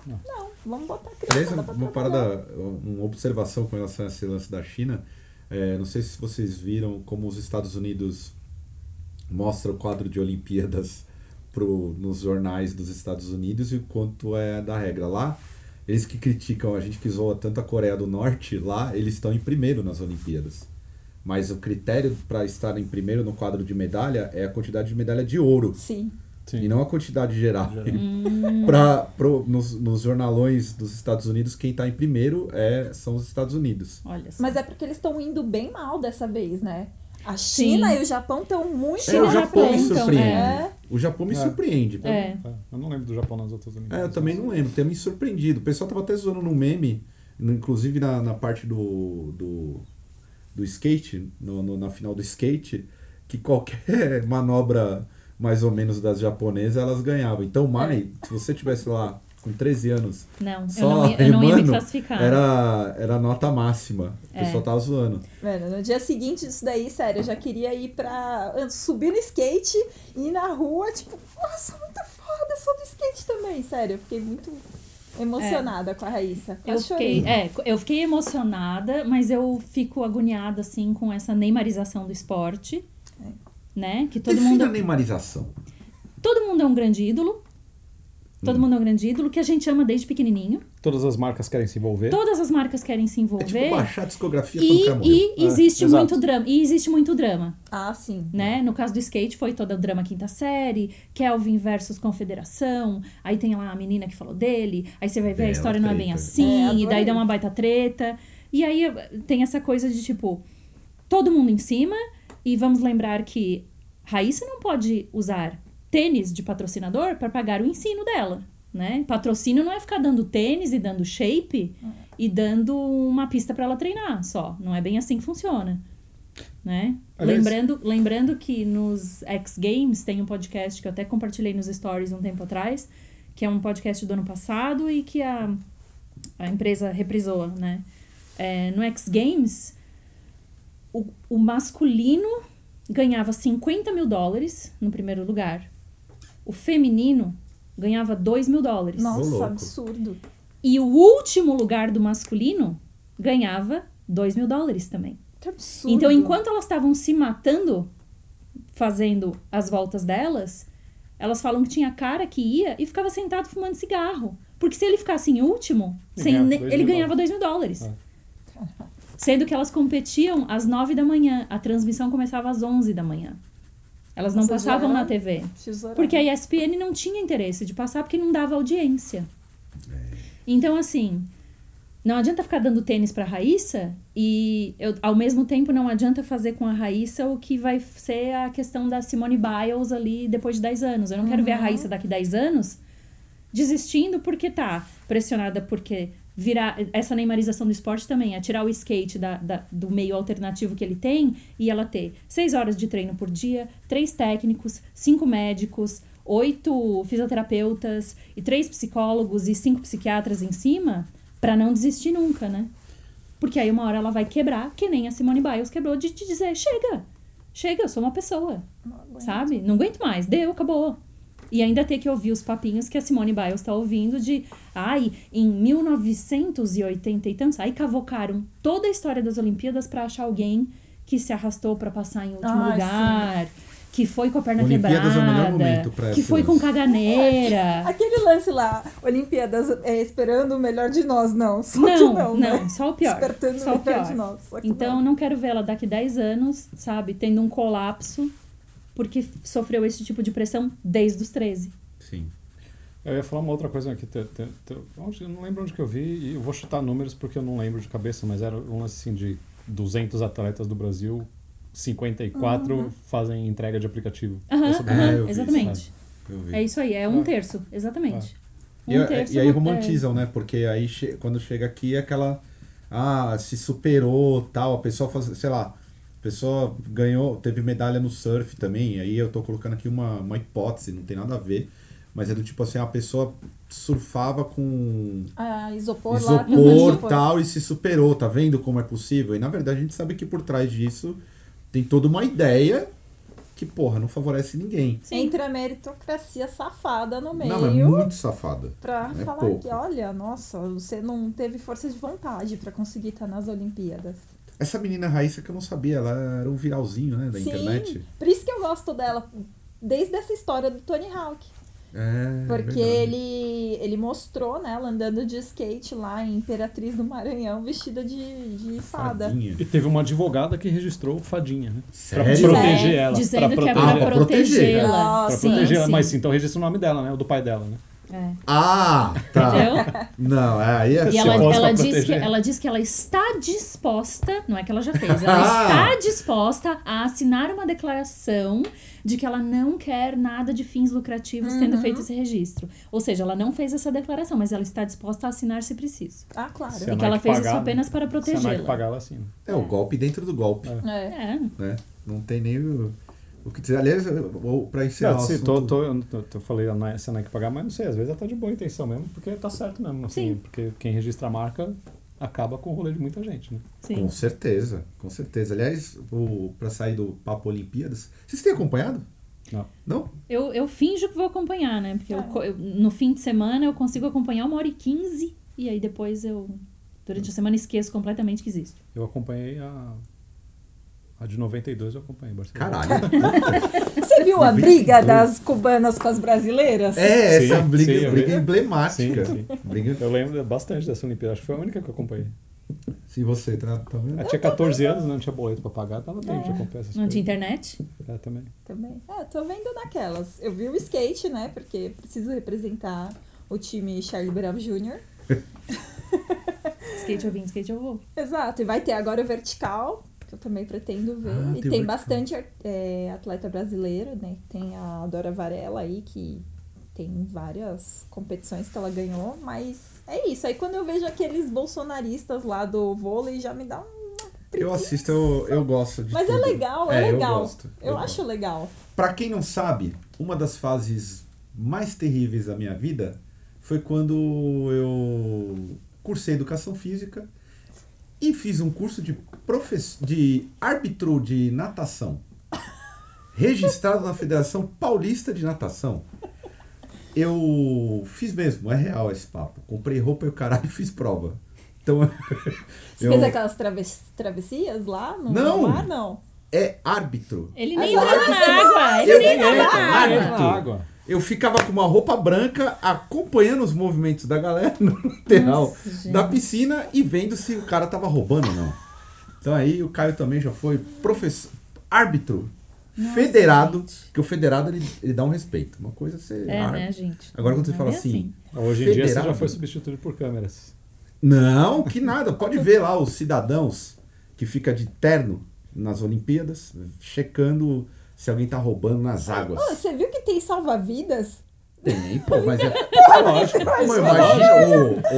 S2: Não.
S5: Não, vamos botar a
S3: Aliás,
S5: criança pra
S3: uma
S5: trabalhar.
S3: parada, uma observação com relação a esse lance da China. É, não sei se vocês viram como os Estados Unidos mostra o quadro de Olimpíadas pro, nos jornais dos Estados Unidos e o quanto é da regra. Lá, eles que criticam, a gente que zoa tanto a Coreia do Norte, lá eles estão em primeiro nas Olimpíadas. Mas o critério para estar em primeiro no quadro de medalha é a quantidade de medalha de ouro
S5: Sim.
S2: Sim.
S3: e não a quantidade geral.
S4: Hum.
S3: pra, pro, nos, nos jornalões dos Estados Unidos, quem tá em primeiro é, são os Estados Unidos.
S4: Olha só.
S5: Mas é porque eles estão indo bem mal dessa vez, né? A
S4: Sim.
S5: China e o Japão estão muito
S4: China
S3: é, o
S5: na
S3: Japão me
S5: frente.
S4: então,
S3: surpreende.
S5: é.
S3: O Japão me
S2: É.
S3: surpreende. tá?
S4: É.
S2: É, Eu não lembro do Japão nas outras
S3: É,
S2: Olimpíadas.
S3: eu também não lembro, tem me surpreendido. O pessoal tava até zoando no meme, no- inclusive na, na parte do, do, do skate, no, no- na final do skate, que qualquer manobra mais ou menos das japonesas elas ganhavam. Então, Mai, se você tivesse lá com 13 anos.
S4: Não, eu
S3: Só,
S4: não, ia, eu não ia me
S3: mano,
S4: classificar.
S3: Era, era nota máxima. O
S4: É.
S3: pessoal tava zoando.
S5: Mano, no dia seguinte disso daí, sério, eu já queria ir pra. subir no skate e ir na rua, tipo, nossa, muito foda, eu sou do skate também, sério. Eu fiquei muito emocionada com a Raíssa.
S4: Eu
S5: Quase
S4: fiquei,
S5: chorei.
S4: é, eu fiquei emocionada, mas eu fico agoniada, assim, com essa neymarização do esporte,
S5: É.
S4: né? Que todo
S3: Defina
S4: mundo...
S3: a neymarização.
S4: Todo mundo é um grande ídolo.
S3: Hum.
S4: Todo mundo é um grande ídolo que a gente ama desde pequenininho.
S2: Todas as marcas querem se envolver.
S4: Todas as marcas querem se
S3: É
S4: envolver.
S3: tipo baixar a discografia
S4: e,
S3: quando o É, cara morreu.
S4: e existe
S2: exato.
S4: muito drama. E existe muito drama,
S5: Ah, sim.
S4: né? No caso do skate foi toda o drama quinta série, Kelvin versus Confederação. Aí tem lá a menina que falou dele. Aí você vai ver
S3: É,
S4: a história
S3: uma
S4: não é bem
S3: treta.
S5: É,
S4: assim.
S5: adorei.
S4: e daí dá uma baita treta. E aí eh, tem essa coisa de tipo todo mundo em cima. E vamos lembrar que Raíssa não pode usar tênis de patrocinador para pagar o ensino dela, né? Patrocínio não é ficar dando tênis e dando shape e dando uma pista para ela treinar só. Não é bem assim que funciona, né?
S2: Aliás-
S4: Lembrando, lembrando que nos X Games tem um podcast que eu até compartilhei nos stories um tempo atrás, que é um podcast do ano passado e que a, a empresa reprisou, né? É, no X Games, o, o masculino ganhava 50 mil dólares no primeiro lugar. O feminino ganhava 2 mil dólares.
S3: Ô,
S5: Nossa,
S3: louco.
S5: absurdo.
S4: E o último lugar do masculino ganhava 2 mil dólares também.
S5: Que absurdo.
S4: Então, enquanto elas estavam se matando, fazendo as voltas delas, elas falam que tinha cara que ia e ficava sentado fumando cigarro. Porque se ele ficasse em último,
S2: Ele
S4: sem
S2: ganhava
S4: ne-
S2: dois
S4: ele
S2: mil É.
S4: ganhava 2 mil dólares. Sendo que elas competiam às 9 da manhã. A transmissão começava às 11 da manhã. Elas não
S5: Nossa, já
S4: passavam
S5: era-
S4: na TV.
S5: Tesourão.
S4: Porque a ESPN não tinha interesse de passar porque não dava audiência. Então, assim, não adianta ficar dando tênis pra Raíssa e, eu- ao mesmo tempo, não adianta fazer com a Raíssa o que vai ser a questão da Simone Biles ali depois de 10 anos. Eu não quero ver a Raíssa daqui 10 anos desistindo porque tá pressionada porque virar essa neymarização do esporte também é tirar o skate da, da- do meio alternativo que ele tem e ela ter seis horas de treino por dia três técnicos cinco médicos oito fisioterapeutas e três psicólogos e cinco psiquiatras em cima pra não desistir nunca né porque aí uma hora ela vai quebrar que nem a Simone Biles quebrou de te dizer chega chega eu sou uma pessoa sabe? Não aguento mais, deu, acabou. E ainda ter que ouvir os papinhos que a Simone Biles tá ouvindo de, ai, em 1980 e tantos, aí cavocaram toda a história das Olimpíadas pra achar alguém que se arrastou pra passar em último
S5: Ah,
S4: lugar, que foi com a perna
S3: Olimpíadas é o
S4: quebrada,
S3: melhor momento pra
S4: que foi
S3: essas-
S4: com caganeira.
S5: Aquele lance lá, Olimpíadas é, esperando o melhor de nós, não. Só que
S4: Não,
S5: não,
S4: não,
S5: né?
S4: só o pior.
S5: Despertando
S4: Só
S5: o
S4: o
S5: melhor
S4: pior.
S5: de nós. só que
S4: Então,
S5: não.
S4: não quero ver ela daqui 10 anos, sabe, tendo um colapso, porque sofreu esse tipo de pressão desde os 13.
S3: Sim.
S2: Eu ia falar uma outra coisa aqui. te- te- te- onde- Eu não lembro onde que eu vi, e eu vou chutar números porque eu não lembro de cabeça, mas era um lance assim de 200 atletas do Brasil, 54 fazem entrega de aplicativo.
S4: Aham,
S2: Essa-
S4: aham,
S3: eu vi isso,
S4: exatamente.
S3: Eu vi.
S4: É isso aí, é um
S2: Ah.
S4: terço, exatamente.
S3: E,
S4: Um
S3: a-
S4: terço
S3: e aí
S4: é-
S3: romantizam, né? Porque aí che- quando chega aqui é aquela. Ah, se superou tal. A pessoa faz, sei lá, a pessoa ganhou, teve medalha no surf também. Aí eu tô colocando aqui uma, uma hipótese, não tem nada a ver. Mas é do tipo assim, a pessoa surfava com
S5: Ah, isopor, lá. Uhum.
S3: isopor tá. tal e se superou, tá vendo como é possível? E na verdade a gente sabe que por trás disso tem toda uma ideia que, porra, não favorece ninguém.
S4: é, Sim.
S5: Entre a meritocracia safada no meio.
S3: Não, é muito safada.
S5: Pra
S3: É
S5: falar
S3: pouco.
S5: que, olha, nossa, você não teve força de vontade pra conseguir estar nas Olimpíadas.
S3: Essa menina Raíssa que eu não sabia, ela era um viralzinho, né, da
S5: Sim,
S3: internet.
S5: Por isso que eu gosto dela, desde essa história do Tony Hawk.
S3: É,
S5: Porque
S3: verdade.
S5: ele, ele mostrou, né, ela andando de skate lá em Imperatriz do Maranhão, vestida de, de fada.
S3: Fadinha.
S2: E teve uma advogada que registrou Fadinha, né? Pra
S3: Sério?
S2: proteger ela.
S4: Dizendo
S2: pra
S4: que é
S2: proteger,
S4: pra
S3: Ah, pra
S4: protegê-la.
S5: proteger.
S2: pra
S4: sim,
S2: proteger ela.
S4: sim.
S2: Mas então registra o nome dela, né? O do pai dela, né?
S4: É.
S3: Ah, tá.
S4: Entendeu?
S3: Não, é, aí é
S4: E
S2: Ah, Se
S4: ela,
S2: fosse pra
S4: ela, diz
S2: proteger.
S4: que, ela diz que ela está disposta, não é que ela já fez,
S3: Ah!
S4: ela está disposta a assinar uma declaração de que ela não quer nada de fins lucrativos
S2: Uhum.
S4: tendo feito esse registro. Ou seja, ela não fez essa declaração, mas ela está disposta a assinar se preciso.
S5: Ah, claro.
S2: Se
S3: é
S4: E
S2: a
S4: que ela
S2: Nike
S4: fez
S2: pagar,
S4: isso
S2: né?
S4: apenas para
S2: Se a Nike
S4: protegê-la.
S2: pagar, ela assina.
S3: É o golpe dentro do golpe,
S5: É.
S4: É.
S3: né? Não tem nem o... O que dizer, aliás, para encerrar
S2: Ah,
S3: o
S2: se
S3: assunto...
S2: tô, tô, eu, não- tô- tô- falei da Nike, se a Nike pagar, mas não sei, às vezes ela tá de boa intenção mesmo, porque tá certo mesmo. Assim,
S4: Sim.
S2: Porque quem registra a marca acaba com o rolê de muita gente, né?
S4: Sim.
S3: Com certeza, com certeza. Aliás, o, pra sair do Papo Olimpíadas, vocês têm acompanhado?
S2: Não.
S3: Não?
S4: Eu, eu finjo que vou acompanhar, né? Porque eu
S5: É.
S4: co- eu- no fim de semana eu consigo acompanhar uma hora e quinze. E aí depois eu, durante a semana, esqueço completamente que existe.
S2: Eu acompanhei a. A de 92 eu acompanhei, Barcelona.
S3: Caralho.
S5: Você viu a
S3: Noventa e
S5: briga
S3: dois.
S5: das cubanas com as brasileiras?
S3: É,
S2: Sim,
S3: essa briga,
S2: sim, eu
S3: briga
S2: vi.
S3: emblemática.
S2: Sim,
S3: Briga.
S2: Eu lembro bastante dessa Olimpíada, acho que foi a única que eu acompanhei.
S3: Se você tá, tá vendo?
S5: É,
S2: Eu tinha 14 anos, né? não tinha boleto pra pagar, tava tempo de acompanhar essas
S4: É. Não
S2: coisas.
S4: tinha internet?
S2: É, também.
S5: Também. É, tô vendo naquelas. Eu vi o skate, né? Porque preciso representar o time Charlie Brown Jr.
S4: Skate eu vim, skate eu vou.
S5: Exato. E vai ter agora o vertical, que eu também pretendo ver.
S3: Ah,
S5: e
S3: tem o
S5: tem,
S3: vertical.
S5: bastante ar- é, atleta brasileiro, né? Tem a Dora Varela aí, que tem várias competições que ela ganhou, mas é isso. Aí quando eu vejo aqueles bolsonaristas lá do vôlei, já me dá um.
S3: Eu assisto, eu, eu gosto de
S5: Mas é
S3: tudo.
S5: legal, é,
S3: É, eu
S5: legal.
S3: gosto,
S5: eu
S3: eu
S5: acho legal.
S3: Pra quem não sabe, uma das fases mais terríveis da minha vida foi quando eu cursei educação física e fiz um curso de profe- de árbitro de natação, registrado na Federação Paulista de Natação. Eu fiz mesmo, é real esse papo. Comprei roupa e o caralho fiz prova. Então
S5: Você
S3: eu,
S5: fez aquelas traves- travessias lá no
S3: Não!
S5: no mar? Não.
S3: é árbitro.
S4: Ele nem
S5: Ah,
S4: entrou
S5: você
S4: na água! Ele
S3: Eu
S4: nem
S3: ganhei,
S4: entrou na
S3: cara.
S4: água!
S3: Árbitro.
S2: Na água.
S3: Eu ficava com uma roupa branca acompanhando os movimentos da galera no lateral
S4: Nossa, gente.
S3: da piscina e vendo se o cara tava roubando ou não. Então aí o Caio também já foi professor, árbitro federado, que o federado ele, ele dá um respeito. Uma coisa é ser
S4: É,
S3: árbitro.
S4: né, gente?
S3: Agora quando você
S4: Não
S3: fala
S4: é
S3: assim,
S2: Hoje em dia você já
S3: Federado.
S2: foi substituído por câmeras.
S3: não, que nada, pode ver lá os cidadãos que fica de terno nas Olimpíadas, checando se alguém tá roubando nas águas.
S5: Ô, você viu que tem salva-vidas?
S3: Tem, pô, mas é.
S2: lógico.
S3: Como imagina o-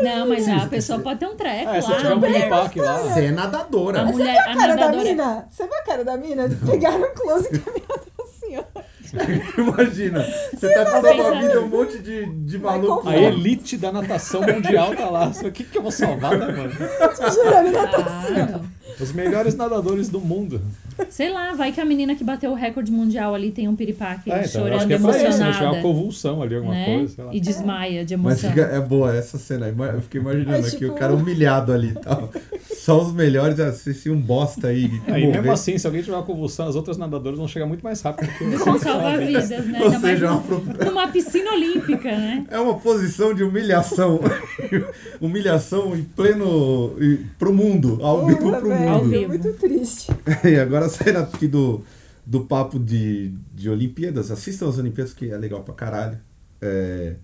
S3: o,
S4: Não, mas a pessoa pode ter um treco
S2: Ah, se
S4: lá.
S2: tiver
S4: A
S2: um
S4: mulher,
S2: piripaque lá.
S3: Você é nadadora.
S4: a
S3: né?
S4: mulher, a
S5: A cara da
S4: nadadora.
S5: mina? Você viu a cara da mina? Pegaram o close e caminharam assim, ó.
S3: Imagina. Você tá passando
S4: pensando.
S3: a vida um monte de, de
S5: Vai
S3: maluco.
S5: com-
S2: A elite da natação mundial tá lá. O que, que eu vou salvar, né, mano?
S5: Jura, a mina tá assim, ó.
S4: Claro.
S2: Os melhores nadadores do mundo.
S4: Ah, Sei lá, vai que a menina que bateu o recorde mundial ali tem um piripaque
S2: É, então, eu acho
S4: chorando,
S2: que é pra isso, né? Tiver uma
S4: emocionada.
S2: convulsão ali, alguma
S4: né?
S2: coisa, sei lá.
S4: E desmaia de
S3: Mas
S4: emoção.
S3: fica- é boa essa cena. aí. Eu fiquei imaginando
S5: É,
S3: aqui o
S5: tipo-
S3: cara humilhado ali e tal. Só os melhores, assim, um bosta aí. que
S2: Aí, mesmo
S3: morreu.
S2: assim, se alguém tiver uma convulsão, as outras nadadoras vão chegar muito mais rápido que eu.
S4: São salva-vidas, né?
S3: Ou
S4: Ainda mais
S3: seja, é uma,
S4: num-
S3: pro-
S4: numa piscina olímpica, né?
S3: é uma posição de humilhação. humilhação em pleno. e- pro mundo. Ao vivo
S5: Puta,
S3: pro
S5: velho,
S4: Ao
S3: mundo.
S4: vivo.
S5: Muito triste.
S3: E agora saindo aqui do, do papo de, de Olimpíadas, assistam as Olimpíadas que é legal pra caralho. É,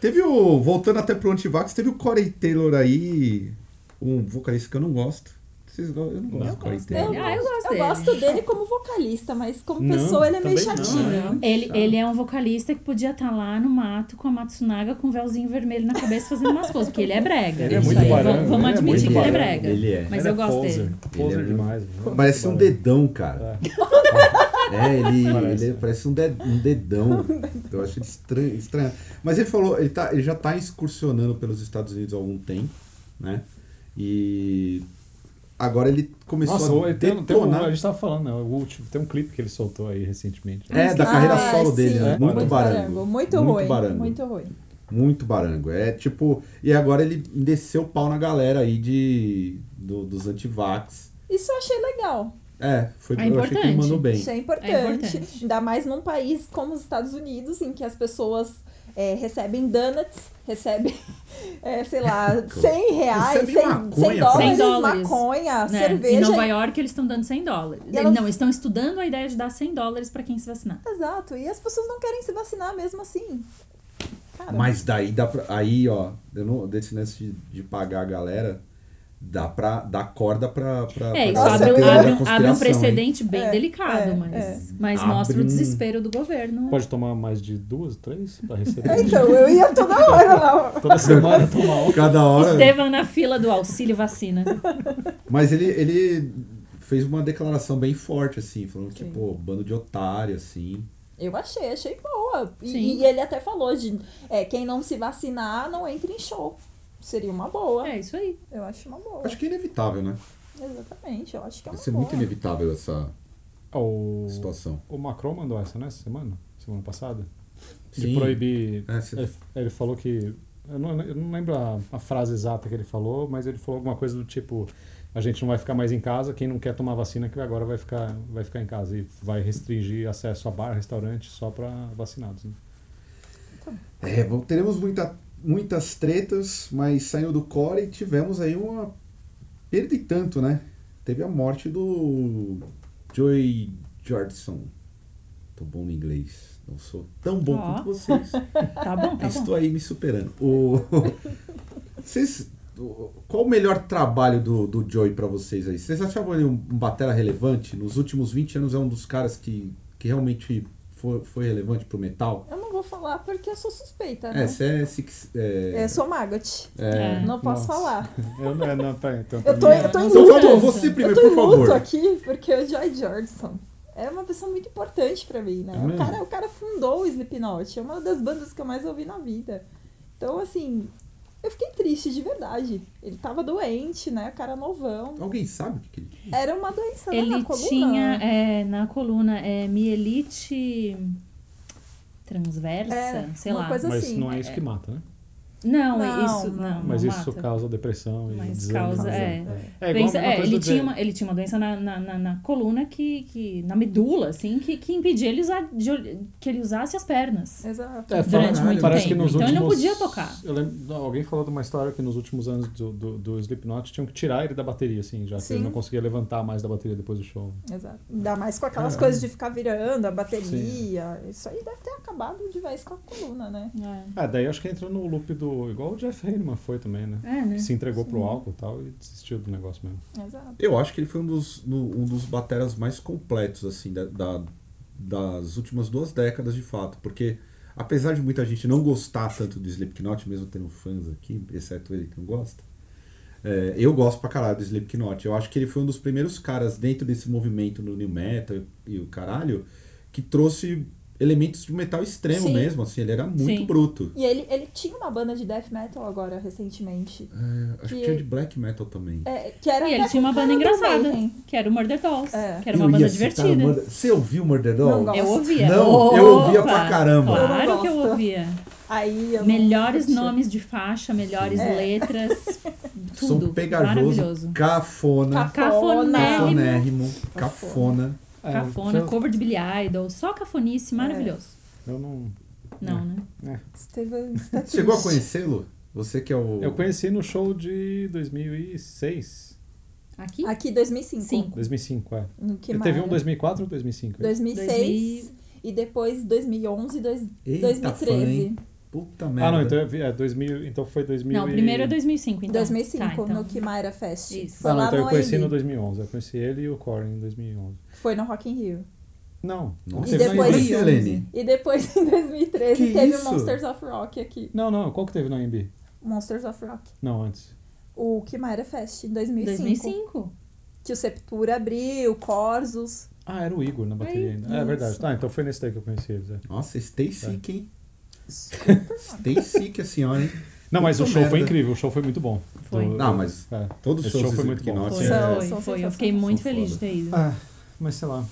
S3: teve o. Voltando até pro Antivax, teve o Corey Taylor aí, um vocalista que eu não gosto. Vocês go- eu não gosto do Corey
S4: Eu-
S3: Taylor.
S4: ah, eu gosto
S5: Eu
S4: dele.
S5: gosto dele como vocalista, mas como
S2: Não,
S5: pessoa ele é meio
S2: também não,
S5: chatinho.
S3: né?
S4: Ele, ele é um vocalista que podia estar lá no mato com a Matsunaga com um véuzinho vermelho na cabeça fazendo umas coisas, porque ele é brega.
S2: Ele é
S4: Isso
S2: muito
S4: aí,
S2: baranga,
S4: vamos- Vamos
S2: ele é muito
S4: admitir que ele é
S2: baranga.
S4: brega.
S3: Ele é.
S4: Mas
S2: Ele
S4: eu
S2: é
S4: gosto
S2: poser.
S4: dele.
S2: Poser
S3: Ele é
S2: demais. mano.
S3: Parece um dedão, cara. É, ele parece,
S2: Parece.
S3: ele parece um, de- um dedão. Eu acho ele estranho, estranho. Mas ele falou, ele, tá, ele já tá excursionando pelos Estados Unidos há algum tempo, né? E agora ele tá começou
S2: Nossa,
S3: a
S2: o- tem, tem um, a
S3: detonar.
S2: gente tava falando, né? O último, tem um clipe que ele soltou aí recentemente.
S3: É, da carreira
S5: Ah,
S3: solo
S5: sim.
S3: dele, né?
S2: É.
S3: Muito, barango.
S5: Muito, ruim.
S3: barango.
S5: Muito ruim.
S3: Muito barango. É tipo. E agora ele desceu o pau na galera aí de, do- dos antivax.
S5: Isso eu achei legal.
S3: É, foi
S4: É
S3: eu achei que ele
S4: importante.
S3: mandou bem.
S5: Isso é importante.
S4: É importante.
S5: Ainda mais num país como os Estados Unidos, em que as pessoas é, recebem donuts, recebem, é, sei lá, 100 reais,
S3: Recebem
S5: 100,
S3: maconha,
S5: 100
S4: 100
S5: dólares,
S4: dólares,
S5: maconha,
S4: Né? Em
S5: cerveja. é-
S4: Nova York eles estão dando 100 dólares.
S5: E elas-
S4: Não, eles estão estudando a ideia de dar 100 dólares pra quem se vacinar.
S5: Exato. E as pessoas não querem se vacinar mesmo assim. Cara,
S3: Mas daí dá pra. Aí, ó, eu não, desse lance de, de pagar a galera, dá pra dar corda pra. pra pra
S4: É, isso
S5: Nossa,
S4: abre, um-
S5: teoria
S3: galera
S5: da
S4: abre um-
S3: da
S4: abre um
S3: conspiração, hein?
S4: precedente bem
S5: É,
S4: delicado,
S5: é,
S4: mas, mas
S3: Abre
S4: mostra
S3: um-
S4: o desespero do governo.
S2: Pode tomar mais de duas, três pra
S3: É,
S2: receber.
S5: Então, eu ia toda hora lá.
S2: Toda semana tomar um.
S3: Cada hora.
S5: Então.
S4: Estevam na fila do auxílio vacina.
S3: Mas ele, ele fez uma declaração bem forte, assim, falando que,
S5: Sim.
S3: pô, bando de otário, assim.
S5: Eu achei, achei boa. E-
S4: Sim.
S5: E, ele até falou de é, quem não se vacinar não entra em show. Seria uma boa.
S4: É isso aí.
S5: Eu acho uma boa.
S3: Acho que é inevitável, né?
S5: Exatamente, eu acho que é
S3: Vai
S5: uma
S3: ser
S5: boa.
S3: muito inevitável essa
S2: O,
S3: situação.
S2: o Macron mandou essa, né? essa Semana? Semana passada? De
S3: Sim.
S2: proibir.
S3: É, você-
S2: Ele, ele falou que. Eu não, eu não lembro a, a frase exata que ele falou, mas ele falou alguma coisa do tipo: a gente não vai ficar mais em casa, quem não quer tomar vacina que agora vai ficar, vai ficar em casa e vai restringir acesso a bar, restaurante só para vacinados. né?
S3: É, bom, teremos muita, muitas tretas, mas saindo do core, tivemos aí uma perda e tanto, né? Teve a morte do Joy Jordison. Tô bom no inglês. Não sou tão bom
S4: Ó.
S3: quanto vocês.
S4: Tá bom, tá bom.
S3: Estou aí me superando. O... vocês... o- Qual o melhor trabalho do, do Joey pra vocês aí? Vocês achavam ele um, um batera relevante? Nos últimos 20 anos é um dos caras que, que realmente foi, foi relevante pro metal?
S5: Eu não vou falar porque eu sou suspeita, né?
S3: É, você é, six- é-
S5: Eu sou Magot.
S4: É.
S5: Não posso
S2: Nossa.
S5: falar.
S2: Eu não, não, peraí, então, pra
S5: Eu tô,
S2: mim-
S5: eu tô em
S3: Então,
S4: Luta.
S3: vamos,
S5: luto.
S3: você
S5: Eu
S3: primeiro,
S5: tô
S3: por
S5: em luto
S3: favor.
S5: aqui porque o Joy Jordison é uma pessoa muito importante pra mim, né?
S3: É
S5: o,
S3: mesmo?
S5: cara, o cara fundou o Slipknot, é uma das bandas que eu mais ouvi na vida. Então, assim, eu fiquei triste de verdade. Ele tava doente, né? O cara novão.
S3: Alguém sabe o que que ele...
S5: Era uma doença né,
S4: Ele
S5: na coluna.
S4: tinha é, na coluna é, mielite transversa,
S5: É,
S4: sei
S5: uma
S4: lá.
S5: coisa-
S2: Mas
S5: assim,
S2: não é isso que mata, né?
S4: Não, é
S5: Não,
S4: isso
S5: não.
S4: não.
S2: Mas
S4: não
S2: isso
S4: mata.
S2: causa depressão e
S4: Mas
S2: desânimo.
S4: causa, é.
S2: É igual
S4: Doença-
S2: a mesma
S4: é,
S2: coisa
S4: ele,
S2: do
S4: tinha
S2: Jay.
S4: uma, ele tinha uma doença na, na, na- na coluna que, que. na medula, assim, que, que impedia ele usar, de ol- que ele usasse as pernas.
S5: Exato.
S2: É,
S4: durante
S2: fala-
S4: muito
S2: parece
S4: tempo.
S2: Que nos
S4: Então ele
S2: últimos,
S4: não podia tocar.
S2: Eu lembro, não, alguém falou de uma história que nos últimos anos do, do, do Slipknot tinham que tirar ele da bateria, assim, já que
S5: Sim.
S2: ele não conseguia levantar mais da bateria depois do show.
S5: Exato. Ainda mais com
S3: É.
S5: aquelas coisas de ficar virando a bateria. Isso aí deve ter acabado de vez com a coluna, né?
S4: É,
S2: Ah, daí acho que entrou no loop do. Igual o Jeff Hanneman foi também, né?
S4: É, né?
S2: Se entregou pro álcool e tal e desistiu do negócio mesmo.
S5: Exato.
S3: Eu acho que ele foi um dos, no- um dos bateras mais completos, assim, da, da- das últimas duas décadas, de fato. Porque, apesar de muita gente não gostar tanto do Slipknot, mesmo tendo fãs aqui, exceto ele que não gosta, é, eu gosto pra caralho do Slipknot. Eu acho que ele foi um dos primeiros caras dentro desse movimento no New Metal e, e o caralho, que trouxe elementos de metal extremo
S5: Sim.
S3: mesmo, assim. Ele era muito
S4: Sim.
S3: bruto.
S5: E ele, ele tinha uma banda de death metal agora, recentemente.
S3: É, acho que
S5: Que-
S3: tinha de black metal também.
S5: É, que era
S4: E ele
S5: até
S4: tinha
S5: com
S4: uma
S5: cara
S4: banda
S5: do
S4: engraçada,
S5: Mayhem.
S4: que era o Murder Dolls,
S5: É.
S4: que era uma
S3: Eu
S4: banda
S3: ia citar o
S4: divertida.
S3: Murder- Você ouviu o Murder Doll?
S5: Não gosto.
S4: Eu ouvia.
S3: Não, eu ouvia pra caramba.
S5: Eu não
S4: Claro que eu
S5: gosto.
S4: ouvia.
S5: Aí eu não
S4: Melhores
S5: curti.
S4: nomes de faixa, melhores
S5: É.
S4: letras,
S3: Som
S4: tudo.
S3: pegajoso,
S4: Maravilhoso.
S3: cafona,
S5: Cafonérrimo.
S3: cafonérrimo, cafona.
S2: É,
S4: Cafona,
S2: eu-
S4: cover de Billy Idol, só cafonice, maravilhoso.
S2: Eu não.
S4: Não, né?
S5: Estevam está triste.
S3: Chegou a conhecê-lo? Você que é o.
S2: Eu conheci no show de 2006.
S4: Aqui?
S5: Aqui, 2005.
S4: Cinco.
S2: 2005, é.
S5: No que
S2: E teve um
S5: mais?
S2: 2004 ou 2005?
S5: 2006. E depois 2011 e dois-
S3: Eita,
S5: 2013.
S3: Puta merda.
S2: Ah, não, então, é, é 2000, então foi 2000
S4: Não,
S2: e-
S4: primeiro é 2005, então.
S5: 2005,
S4: Tá, então.
S5: no Kimaira Fest.
S4: Isso.
S5: Foi
S2: Ah, não,
S5: lá
S2: então eu
S5: no
S2: conheci no
S5: AMB.
S2: 2011. Eu conheci ele e o Corey em 2011.
S5: Foi no Rock in Rio.
S2: Não.
S3: Nossa,
S5: E
S2: teve no
S5: depois-
S2: AMB?
S3: você, Lene?
S5: E depois, em 2013,
S3: Que
S5: teve o
S3: isso?
S5: Monsters of Rock aqui.
S2: Não, não, qual que teve no AMB?
S5: Monsters of Rock.
S2: Não, antes.
S5: O Kimaira Fest, em 2005.
S4: 2005.
S5: Que o Septura abriu, Corsos.
S2: Ah, era o Igor na bateria ainda. É verdade. Tá, então foi nesse daí que eu conheci eles. é.
S3: Nossa, stay sick, hein?
S5: Super
S3: Stay sick a senhora, hein?
S2: Não, mas o
S3: Puta
S2: show foi
S3: merda.
S2: incrível, o show foi muito bom.
S4: Foi.
S2: Do-
S3: Não, mas
S2: é.
S3: todos os
S2: Esse
S3: shows
S2: show foi
S3: do
S2: muito bom.
S3: Slipknot
S4: Foi,
S3: é-
S5: São-
S4: foi,
S5: são
S4: foi. Eu
S5: sensacionais.
S4: fiquei muito
S3: São
S4: feliz de
S3: foda.
S4: ter ido.
S2: Ah, mas sei lá.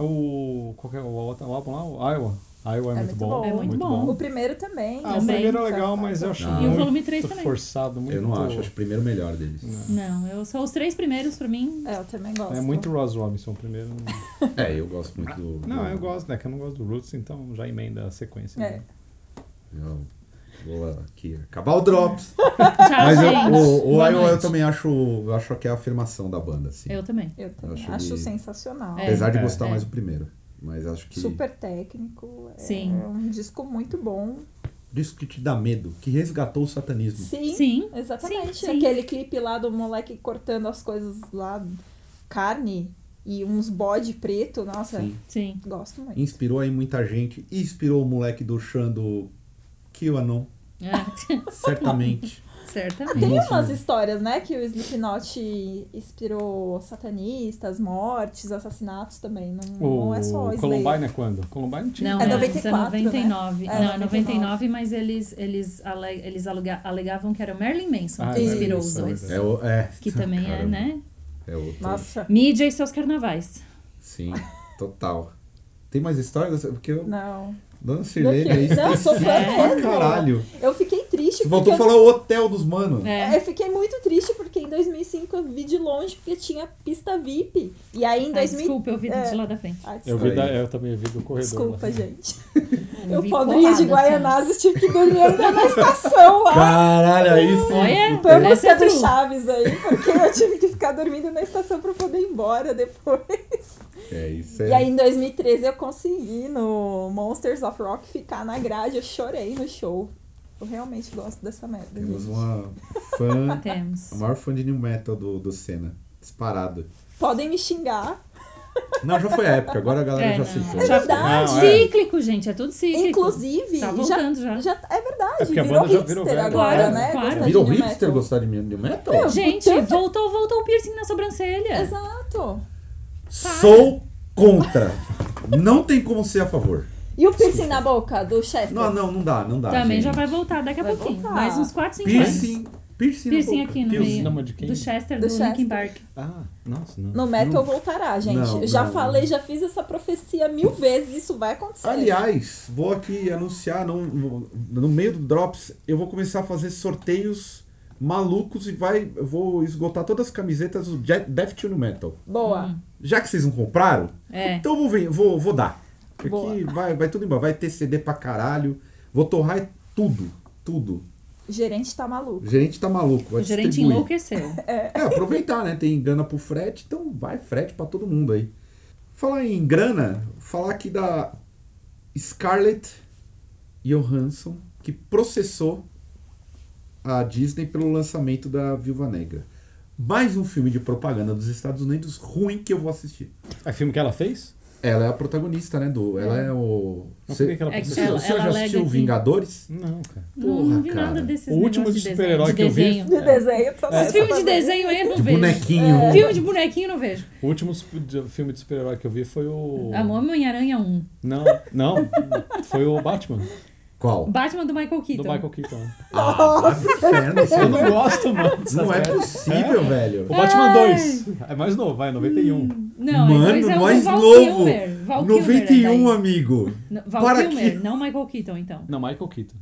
S2: O. Qual que é o, outro- o álbum lá? O Iowa. Iowa é,
S5: É
S2: muito
S5: muito
S2: bom.
S5: bom. É
S4: muito bom.
S5: O primeiro também.
S2: Ah, o
S4: Também.
S2: primeiro é legal, mas eu acho
S3: E o
S2: muito
S4: volume três também.
S2: forçado. Muito...
S3: Ah.
S2: né.
S3: Eu não acho, acho o primeiro melhor deles.
S4: Não, eu só os três primeiros pra mim.
S5: É, eu também gosto.
S2: É muito Ross Robinson o primeiro. não-
S3: É, eu gosto muito do.
S2: Não,
S3: do-
S2: eu gosto, né? Que eu não gosto do Roots, então já emenda a sequência.
S5: É.
S2: né?
S3: Eu vou aqui acabar o Drops.
S4: Tchau,
S3: Mas eu,
S4: gente.
S3: o, o
S4: Boa
S3: Iowa eu
S4: noite.
S3: também acho, eu acho que é a afirmação da banda, assim.
S4: Eu também.
S5: Eu também
S3: Acho
S5: acho,
S3: ele-
S5: sensacional.
S4: É.
S3: Apesar de
S2: É,
S3: gostar
S4: é.
S3: mais do primeiro. Mas acho que.
S5: Super técnico. é
S4: Sim.
S5: um disco muito bom.
S3: Disco que te dá medo, que resgatou o satanismo.
S5: Sim.
S4: Sim.
S5: Exatamente.
S4: Sim, sim.
S5: Aquele clipe lá do moleque cortando as coisas lá, carne e uns bode preto. Nossa,
S3: Sim.
S4: Sim.
S5: gosto muito.
S3: Inspirou aí muita gente. Inspirou o moleque do Xan do QAnon,
S4: É.
S3: certamente.
S4: Certamente.
S5: Tem umas histórias, né? Que o Slipknot inspirou satanistas, mortes, assassinatos também. Não, não é só
S2: o
S5: Slayer.
S2: Columbine é quando? Columbine tinha.
S4: Não,
S5: É
S4: não,
S5: 94,
S4: isso é 99.
S5: né?
S4: Não,
S5: É,
S4: é 99, mas eles, eles, ale- eles aluga- alegavam que era o Marilyn Manson
S2: Ah,
S4: que
S2: é,
S4: inspirou
S2: isso,
S4: os
S2: é
S4: dois.
S2: verdade.
S3: É, o- é.
S4: Que também é,
S3: Caramba,
S4: né?
S3: É outro.
S5: Nossa,
S4: Mídia e seus carnavais.
S3: Sim, total. Tem mais histórias? É Porque eu.
S5: não.
S3: Dona
S5: Daqui-
S3: Sirlene aí.
S5: Não, eu sou fã
S3: Pra
S5: mesmo.
S3: caralho.
S5: Eu fiquei triste
S3: Você
S5: porque
S3: voltou a
S5: eu
S3: falar o hotel dos manos.
S4: É.
S5: Eu fiquei muito triste porque em 2005 eu vi de longe porque tinha pista VIP. E aí em
S4: Ai,
S5: 2000.
S4: desculpa, eu vi
S5: é.
S4: de lá da frente.
S5: Ai,
S2: Eu,
S5: desculpa,
S2: vi assim.
S3: Aí.
S2: da- eu também vi do corredor.
S5: desculpa,
S2: lá.
S5: gente.
S4: Eu
S5: Eu,
S4: vi
S5: pobrinha
S4: colada,
S5: de
S4: assim.
S5: Guaianazes, tive que dormir ainda na estação. Ah,
S3: Caralho, aí sim.
S4: Olha,
S5: Foi a
S4: essa
S5: música
S4: é
S5: do
S4: true.
S5: Chaves aí, porque eu tive que ficar dormindo na estação pra poder ir embora depois.
S3: É isso é.
S5: E aí em 2013 eu consegui no Monsters of Rock ficar na grade, eu chorei no show. Eu realmente gosto dessa merda.
S3: Temos
S5: gente.
S3: uma fã.
S4: né? Temos.
S2: É
S3: a maior fã de New Metal do, do Senna. Disparado.
S5: Podem me xingar.
S3: Não, já foi a época, agora a galera
S4: É,
S3: já
S4: não.
S3: citou.
S5: É verdade.
S2: Não, é.
S4: Cíclico, gente, é tudo cíclico.
S5: Inclusive,
S4: Tá
S5: já
S4: voltando já.
S5: Já, é verdade,
S2: porque a
S5: virou
S2: banda já
S5: hipster
S2: virou velha,
S5: agora,
S4: né?
S5: né?
S4: Claro.
S5: Gostar de
S3: Virou
S5: new
S3: hipster
S5: metal.
S3: gostar de New Metal?
S4: Gente, voltou, voltou o piercing na sobrancelha.
S5: Exato.
S3: Sou contra. Não tem como ser a favor.
S5: E o piercing na boca do Chester?
S3: Não, não, não dá,
S2: Ah,
S3: não dá.
S4: Tá. Também
S3: gente.
S4: já vai voltar daqui a
S5: Vai
S4: pouquinho.
S5: voltar.
S4: Mais uns 4, 5 anos.
S3: Piercing.
S2: um
S3: Piercing, na
S4: Piercing
S3: boca.
S4: aqui no
S2: Piercing
S4: meio.
S2: na mão de quem?
S4: Do Chester,
S5: Do
S4: do,
S5: Chester.
S4: Linkin Park.
S3: Ah, nossa, não.
S5: No metal
S3: Não.
S5: voltará, gente.
S3: Não,
S5: Eu já
S3: não,
S5: falei,
S3: não.
S5: já fiz essa profecia mil vezes, isso vai acontecer.
S3: Aliás, vou aqui anunciar, no, no- no meio do Drops, eu vou começar a fazer sorteios malucos e vai, eu vou esgotar todas as camisetas do Je- Death to New Metal.
S5: Boa.
S4: Hum.
S3: Já que vocês não compraram,
S4: É.
S3: então eu vou, ven- vou, vou dar. Porque
S5: Boa.
S3: vai, vai tudo embora. Vai ter CD pra caralho. Vou torrar tudo. Tudo.
S5: O gerente tá
S3: O
S5: maluco.
S3: gerente tá maluco. Vai
S4: O gerente
S3: distribuir.
S4: enlouqueceu.
S3: É, aproveitar, né? Tem grana pro frete, então vai frete pra todo mundo aí. Falar em grana, falar aqui da Scarlett Johansson, que processou a Disney pelo lançamento da Viúva Negra. Mais um filme de propaganda dos Estados Unidos ruim que eu vou assistir.
S2: É filme que ela fez?
S3: Ela é a protagonista, né? Do, ela é o.
S2: Mas
S3: Você
S2: por que que ela
S4: É que
S3: você-
S2: processou?
S4: ela-
S3: você já assistiu
S4: alega que-
S3: Vingadores?
S2: Não, cara.
S4: não,
S3: Porra,
S4: não vi
S3: cara.
S4: nada desses
S2: O último
S4: negócios de
S2: de
S4: desenho.
S2: super-herói
S4: de
S2: que eu vi- é
S4: desenho.
S5: De desenho tá também.
S4: Esses filmes de desenho aí eu não
S3: De
S4: vejo.
S3: bonequinho.
S4: Filme de bonequinho eu não vejo.
S2: O último su- de- filme de super-herói que eu vi foi o.
S4: A Homem-Aranha 1.
S2: Não, não. Foi o Batman,
S4: O
S3: Qual? Ah, tá
S4: Batman do Michael Keaton. É
S2: do Michael Keaton.
S3: Inferno, isso
S2: Eu não gosto, mano. dessas
S3: não é
S2: merdas.
S3: possível, velho.
S2: O Batman 2. É mais novo, vai, 91.
S4: Não,
S3: Mano,
S4: é, dois é o do
S3: mais
S4: Val
S3: novo.
S4: Kilmer. Val Kilmer é
S3: 91,
S4: daí.
S3: amigo.
S4: Não, Val
S3: Para
S4: Kilmer,
S3: que-
S4: não Michael Keaton, então.
S2: Não, Michael Keaton.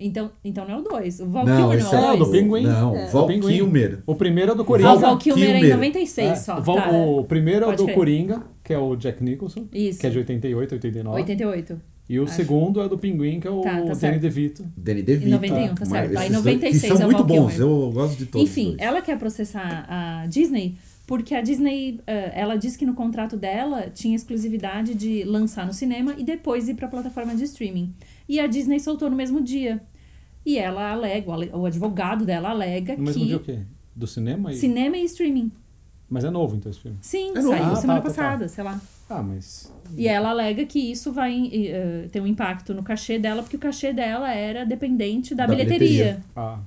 S4: Então, então não é o 2. O Val
S3: Não,
S4: Kilmer
S3: esse é
S4: não é
S2: o
S4: o
S2: do
S4: 2.
S2: Pinguim.
S3: Não,
S5: É.
S3: Val
S2: O Pinguim.
S3: Kilmer.
S2: O primeiro é do
S4: Ah,
S2: Coringa.
S4: o Val Kilmer é em
S3: Kilmer.
S4: 96
S2: É,
S4: só.
S2: o Val-
S4: tá.
S2: o primeiro é o
S4: Pode
S2: do
S4: crer.
S2: Coringa, que é o Jack Nicholson,
S4: Isso.
S2: que é de 88, 89.
S4: 88.
S2: E o
S4: Acho.
S2: segundo é do Pinguim, que é o
S4: Tá, tá
S2: Danny
S4: certo.
S2: DeVito.
S3: Danny DeVito.
S4: Em 91, tá
S3: mas
S4: certo.
S3: esses
S4: Aí
S3: dois- que
S4: 96
S3: são
S4: é o
S3: muito
S4: Val
S3: bons,
S4: Kilmer.
S3: eu gosto de todos.
S4: Enfim,
S3: os dois.
S4: ela quer processar a Disney porque a Disney, eh, ela disse que no contrato dela tinha exclusividade de lançar no cinema e depois ir para a plataforma de streaming. E a Disney soltou no mesmo dia. E ela alega, o ale- o advogado dela alega
S2: No mesmo
S4: que
S2: dia o quê? Do cinema? E...
S4: cinema e streaming.
S2: Mas é novo, então, esse filme.
S4: Sim,
S2: É novo.
S4: saiu
S2: Ah,
S4: semana
S2: tá, tá,
S4: passada, sei lá.
S2: Ah, mas...
S4: E é. ela alega que isso vai eh, ter um impacto no cachê dela, porque o cachê dela era dependente da,
S3: Da
S4: bilheteria.
S3: bilheteria.
S2: Ah.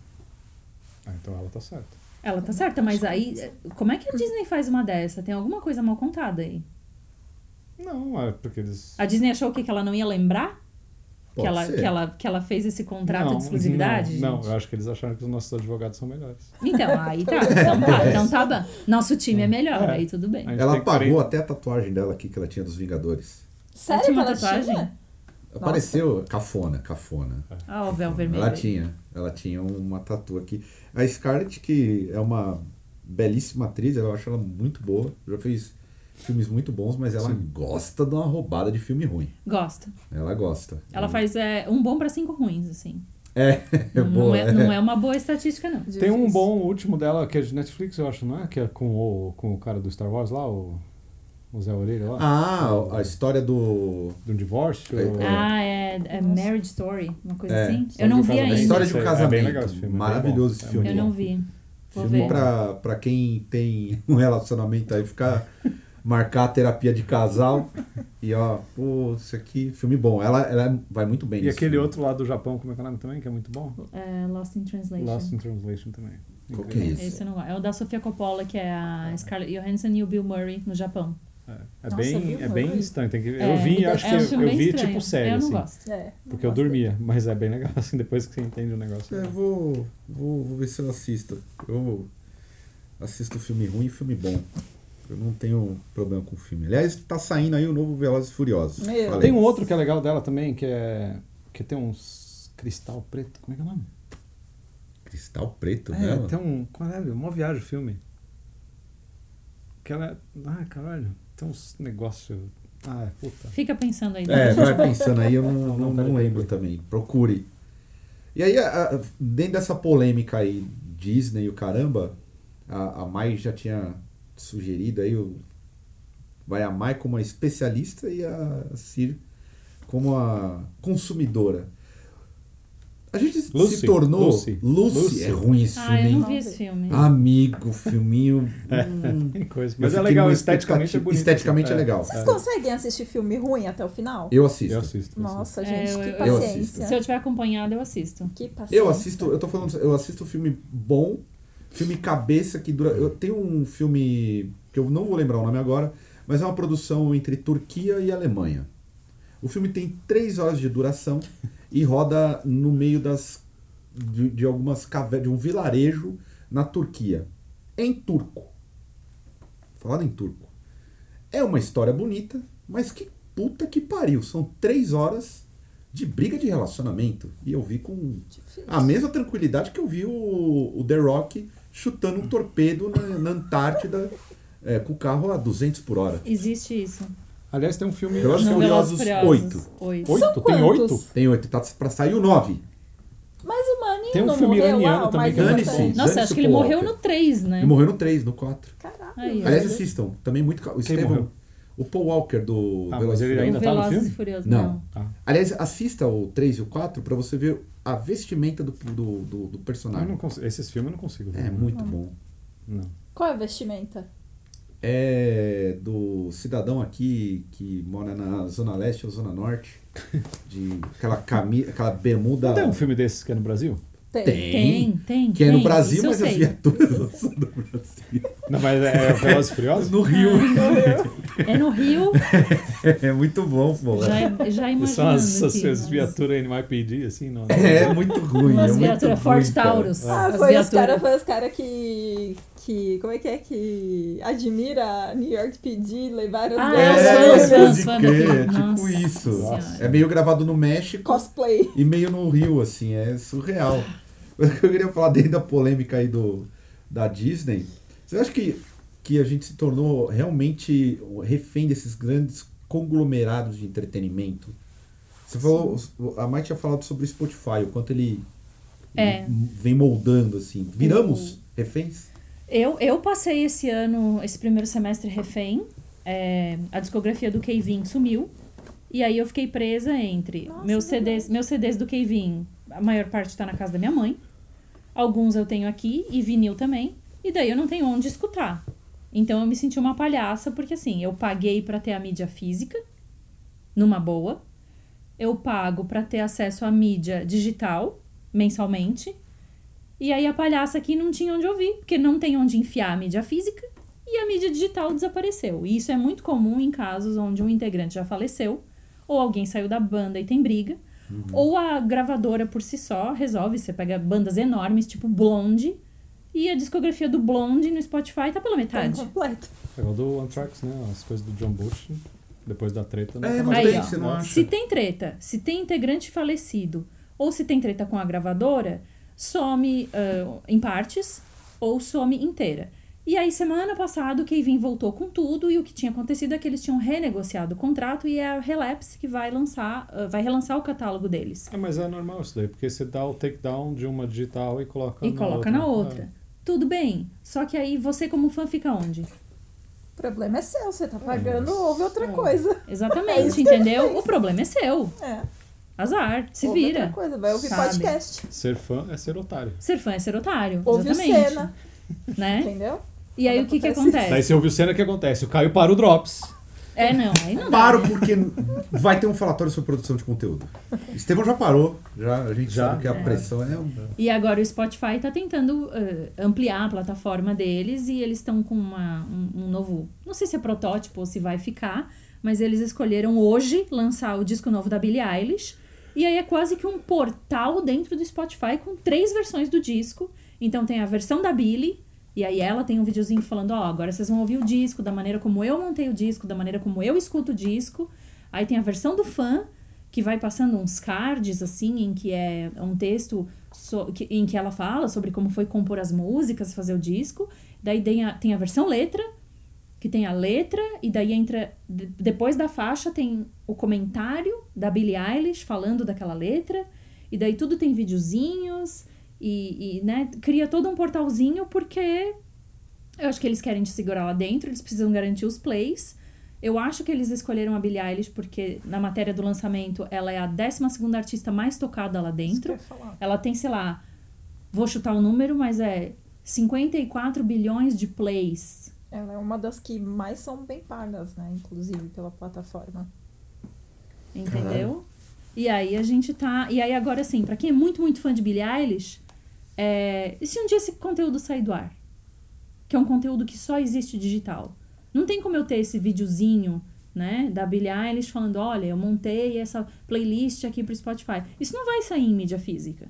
S2: ah, então ela tá certa.
S4: Ela tá certa, mas aí. eh, Como é que a Disney faz uma dessa? Tem alguma coisa mal contada aí.
S2: Não, é porque eles...
S4: A Disney achou o quê? Que ela não ia lembrar? Que
S3: Pode
S4: ela,
S3: ser.
S4: que, ela, que ela fez esse contrato
S2: não,
S4: de exclusividade?
S2: Não,
S4: gente?
S2: não, eu acho que eles acharam que os nossos advogados são melhores.
S4: Então, aí tá. Então tá, então tá bom. Nosso time é melhor,
S2: É.
S4: aí tudo bem.
S2: Aí-
S3: Ela
S2: tem
S3: pagou
S2: 40.
S3: até a tatuagem dela aqui que ela tinha dos Vingadores.
S5: Sério que
S4: Tinha uma
S5: ela
S4: tatuagem?
S5: tinha?
S3: Apareceu cafona, cafona.
S4: Ah, o véu vermelho.
S3: Ela tinha, ela tinha uma tatu aqui. A Scarlett, que é uma belíssima atriz, eu acho ela muito boa. Já fez filmes muito bons, mas ela gosta de uma roubada de filme ruim.
S4: Gosto.
S3: Ela gosta.
S4: Ela faz é, um bom pra cinco ruins, assim.
S3: É, é
S4: Não,
S3: boa.
S4: é, não é uma boa estatística, não.
S2: Tem um
S5: Difícil.
S2: bom último dela, que é de Netflix, eu acho, não é? Que é com o, com o cara do Star Wars lá, o, o Zé Orelha lá.
S3: Ah, a história do.
S2: Do divórcio.
S3: É, é.
S4: Ah, é, é Marriage Story, uma coisa
S3: É,
S4: assim.
S2: só
S4: Eu
S2: que
S4: não
S2: eu
S4: vi
S2: falo,
S3: A
S2: é
S4: ainda.
S3: história de um
S2: É bem
S3: casamento.
S2: legal esse filme, é bem
S3: Maravilhoso
S2: bom.
S3: esse
S2: É
S3: filme.
S4: Eu não vi. Vou
S3: Filme
S4: ver.
S3: pra, pra quem tem um relacionamento aí ficar marcar a terapia de casal. E ó, pô, isso aqui, filme bom. Ela, ela vai muito bem
S2: E
S3: nesse
S2: aquele
S3: filme.
S2: outro lá do Japão, como é que é o nome também, que é muito bom?
S4: É, Lost in Translation.
S2: Lost in Translation também.
S3: Qual que é
S2: Incrível.
S3: esse?
S4: Esse eu não gosto. É o da Sofia Coppola, que é a Scarlett Johansson e o Bill Murray no Japão.
S2: É, é
S5: Nossa, eu vi
S2: bem, é
S5: um
S2: bem
S5: horror.
S2: estranho. Tem que...
S4: É,
S2: Eu vi e acho que
S4: é um
S2: eu,
S4: filme bem
S2: vi
S4: estranho.
S2: tipo série,
S4: Eu não
S2: assim.
S4: gosto.
S5: É,
S2: Porque eu
S5: gostei.
S2: dormia, mas é bem legal, assim, depois que você entende o negócio. né?
S3: É, eu vou, vou, vou ver se eu assisto. Eu assisto filme ruim e filme bom. Eu não tenho problema com filme. Aliás, tá saindo aí o novo Velozes e Furiosos.
S5: Meu.
S3: Falei.
S2: Tem um outro que é legal dela também, que é. Que tem uns cristal preto. Como é que é o nome?
S3: Cristal Preto,
S2: É,
S3: né?
S2: tem um. Qual é? Uma viagem o filme. Que ela. Ah, caralho. Tem uns negócios. Ah, puta.
S4: Fica pensando aí.
S3: É,
S4: né?
S3: vai pensando aí, eu não, não,
S2: peraí,
S3: não lembro também. Procure. E aí, a- a- dentro dessa polêmica aí, Disney e o caramba, a, a Mai já tinha sugerido aí, o, vai a Mai como a especialista e a Cir como a consumidora. A gente se
S2: Lucy,
S3: tornou. Lucy,
S2: Lucy, Lucy.
S3: é ruim esse
S4: Ah,
S3: filme,
S4: eu
S3: hein?
S4: não vi esse filme.
S3: Ah, Amigo, filminho.
S2: É.
S3: hum.
S2: Tem coisa.
S3: Eu
S2: Mas é
S3: fiquei
S2: legal,
S3: numa
S2: esteticamente é
S3: expectativa-
S2: bonito.
S3: esteticamente é legal.
S5: Vocês conseguem assistir filme ruim até o final?
S3: Eu assisto.
S2: É. Eu assisto. eu assisto.
S5: Nossa,
S4: É,
S5: gente,
S4: eu-
S5: que
S4: eu-
S3: eu
S5: paciência.
S4: Se eu tiver acompanhado, eu assisto.
S5: Que paciência.
S3: Eu assisto, eu tô falando, eu assisto filme bom, filme cabeça que dura. Eu tenho um filme que eu não vou lembrar o nome agora, mas é uma produção entre Turquia e Alemanha. O filme tem três horas de duração e roda no meio das de, de algumas cavernas, de um vilarejo na Turquia, em turco. Falado em turco. É uma história bonita, mas que puta que pariu. São três horas de briga de relacionamento. E eu vi com
S5: Difícil.
S2: Ah,
S3: a mesma tranquilidade que eu vi o, o The Rock chutando um torpedo na, na Antártida é, com o carro a 200 por hora.
S4: Existe isso.
S2: Aliás, tem um filme.
S3: Eu acho
S2: acho
S3: que
S2: que
S4: No
S2: é
S3: Velozes
S4: Velozes
S3: e
S4: e Furiosos.
S2: um-
S4: Oito.
S5: São
S2: oito? Tem oito?
S5: quantos?
S3: Tem oito, tá pra sair o 9.
S5: Mas o Maninho
S2: Tem um
S5: não
S2: filme
S5: morreu
S2: iraniano
S5: lá, o
S2: também
S5: mais
S2: que é muito
S5: importante.
S3: bom.
S4: Nossa,
S3: Zane
S4: acho que ele
S3: Sipowalker.
S4: morreu no 3,
S2: É.
S4: né?
S3: Ele morreu no 3, no 4.
S5: Caralho.
S4: Aí,
S3: Aliás, assistam. Também muito. ca- O Estevam.
S2: morreu?
S3: O Paul Walker do
S2: Ah, mas
S3: Velozes e
S2: ele
S3: Furiosos.
S2: ainda
S4: o
S2: tá no
S4: Velozes
S2: filme?
S4: e Furiosos.
S3: Não.
S4: Não.
S3: Aliás, assista o 3 e o 4 pra você ver a vestimenta do, do, do- do
S2: ah, Eu não
S3: personagem.
S2: consigo- Esses filmes eu não Ah. consigo ver.
S3: É muito bom.
S2: Não.
S5: Qual é a vestimenta?
S3: É do cidadão aqui que mora na Zona Leste ou Zona Norte. De aquela camisa, aquela bermuda.
S2: Não tem um filme desses que é no Brasil?
S5: Tem.
S4: Tem, tem.
S3: Que é no
S4: tem.
S3: Brasil,
S4: Isso eu
S3: mas as
S4: sei.
S3: viaturas são do Brasil.
S2: Não, mas é Velozes e Furiosos?
S3: No Rio.
S4: É no Rio,
S3: É muito bom, pô.
S4: já, é já
S2: E
S4: imaginando
S2: São as, as,
S4: aqui,
S2: as
S4: mas-
S2: viaturas NYPD, assim? Não.
S3: É muito ruim.
S4: Umas
S3: é muito
S4: viaturas
S3: ruim,
S4: Ford
S3: cara.
S4: Taurus.
S5: Ah,
S4: As
S5: foi os
S4: viatura-
S5: caras foi os cara que, que. Como é que é? Que admira a New York PD, levaram os
S4: Ah,
S3: É,
S4: os fãs,
S5: velhos,
S3: pode
S4: fãs, fãs
S3: crer,
S4: daqui.
S3: é tipo
S4: Nossa
S3: isso.
S4: Senhora.
S3: É meio gravado no
S4: é.
S3: México
S5: cosplay.
S3: e meio no Rio, assim, é surreal. Mas o que eu queria falar dentro da polêmica aí do, da Disney, você acha que, que a gente se tornou realmente refém desses grandes conglomerados de entretenimento? Você falou, a Mai tinha falado sobre o Spotify, o quanto ele
S4: É. Uhum.
S3: vem moldando, assim. Viramos reféns?
S4: Eu, eu passei esse ano, esse primeiro semestre refém. É, a discografia do Kevin sumiu. E aí eu fiquei presa entre
S5: Nossa,
S4: meus,
S5: é
S4: CDs, meus CDs do Kevin, a maior parte tá na casa da minha mãe. Alguns eu tenho aqui e vinil também. E daí eu não tenho onde escutar. Então eu me senti uma palhaça, porque assim, eu paguei pra ter a mídia física, numa boa. Eu pago pra ter acesso à mídia digital, mensalmente. E aí a palhaça aqui não tinha onde ouvir, porque não tem onde enfiar a mídia física e a mídia digital desapareceu. E isso é muito comum em casos onde um integrante já faleceu, ou alguém saiu da banda e tem briga, ou a gravadora por si só resolve, você pega bandas enormes, tipo Blonde, e a discografia do Blonde no Spotify tá pela
S5: um
S4: metade.
S5: Completo.
S2: É o do Anthrax, né? As coisas do John Bush, depois da treta. né?
S3: É,
S2: Tá
S3: mas
S4: Aí,
S3: tem,
S4: ó.
S3: você não acha?
S4: Se tem treta, se tem integrante falecido, ou se tem treta com a gravadora, some ah, em partes ou some inteira. E aí, semana passada, o Kevin voltou com tudo e o que tinha acontecido é que eles tinham renegociado o contrato e é a Relapse que vai lançar, ah, vai relançar o catálogo deles.
S5: Tá
S2: É, mas é normal isso daí, porque você dá o takedown de uma digital e coloca
S4: e
S2: na
S4: coloca
S5: é.
S2: outra.
S4: na outra. Tudo bem, só que aí você como fã fica onde?
S5: O problema é seu, você tá pagando, ouve outra coisa. É isso
S4: Exatamente,
S5: que ele
S4: entendeu?
S5: fez.
S4: O problema é seu.
S5: É.
S4: Azar, se
S5: ouve
S4: vira.
S5: outra coisa, vai ouvir
S4: sabe?
S5: podcast.
S2: É. Ser fã é ser otário.
S4: Ser fã é ser otário.
S5: Ouve o
S4: exatamente.
S5: Senna,
S4: Né?
S5: entendeu?
S4: E aí o que
S2: Daí
S4: que acontece?
S2: você ouviu cena que acontece. O Caio para o Drops.
S4: É, não, aí não dá.
S3: Paro porque vai ter um falatório sobre produção de conteúdo. Estevão já parou, já, a gente
S2: Já?
S3: sabe que a pressão é um-
S4: E agora o Spotify tá tentando eh, ampliar a plataforma deles e eles estão com uma, um, um novo. Não sei se é protótipo ou se vai ficar, mas eles escolheram hoje lançar o disco novo da Billie Eilish. E aí é quase que um portal dentro do Spotify com três versões do disco. Então tem a versão da Billie. E aí ela tem um videozinho falando, ó, agora vocês vão ouvir o disco, da maneira como eu montei o disco, da maneira como eu escuto o disco. Aí tem a versão do fã, que vai passando uns cards, assim, em que é um texto so- que- em que ela fala sobre como foi compor as músicas, fazer o disco. Daí tem a, tem a versão letra, que tem a letra, e daí entra. de- depois da faixa tem o comentário da Billie Eilish falando daquela letra, e daí tudo tem videozinhos, e, e, né, cria todo um portalzinho, porque eu acho que eles querem te segurar lá dentro, eles precisam garantir os plays. Eu acho que eles escolheram a Billie Eilish porque na matéria do lançamento ela é a 12 artista mais tocada lá dentro. Ela tem, sei lá, vou chutar o número, mas é 54 bilhões de plays.
S5: Ela é uma das que mais são bem pagas, né? Inclusive pela plataforma.
S4: Entendeu? E aí a gente tá. E aí agora assim, pra quem é muito, muito fã de Billie Eilish, é, e se um dia esse conteúdo sair do ar? Que é um conteúdo que só existe digital. Não tem como eu ter esse videozinho, né, da Billie Eilish falando, olha, eu montei essa playlist aqui pro Spotify. Isso não vai sair em mídia física.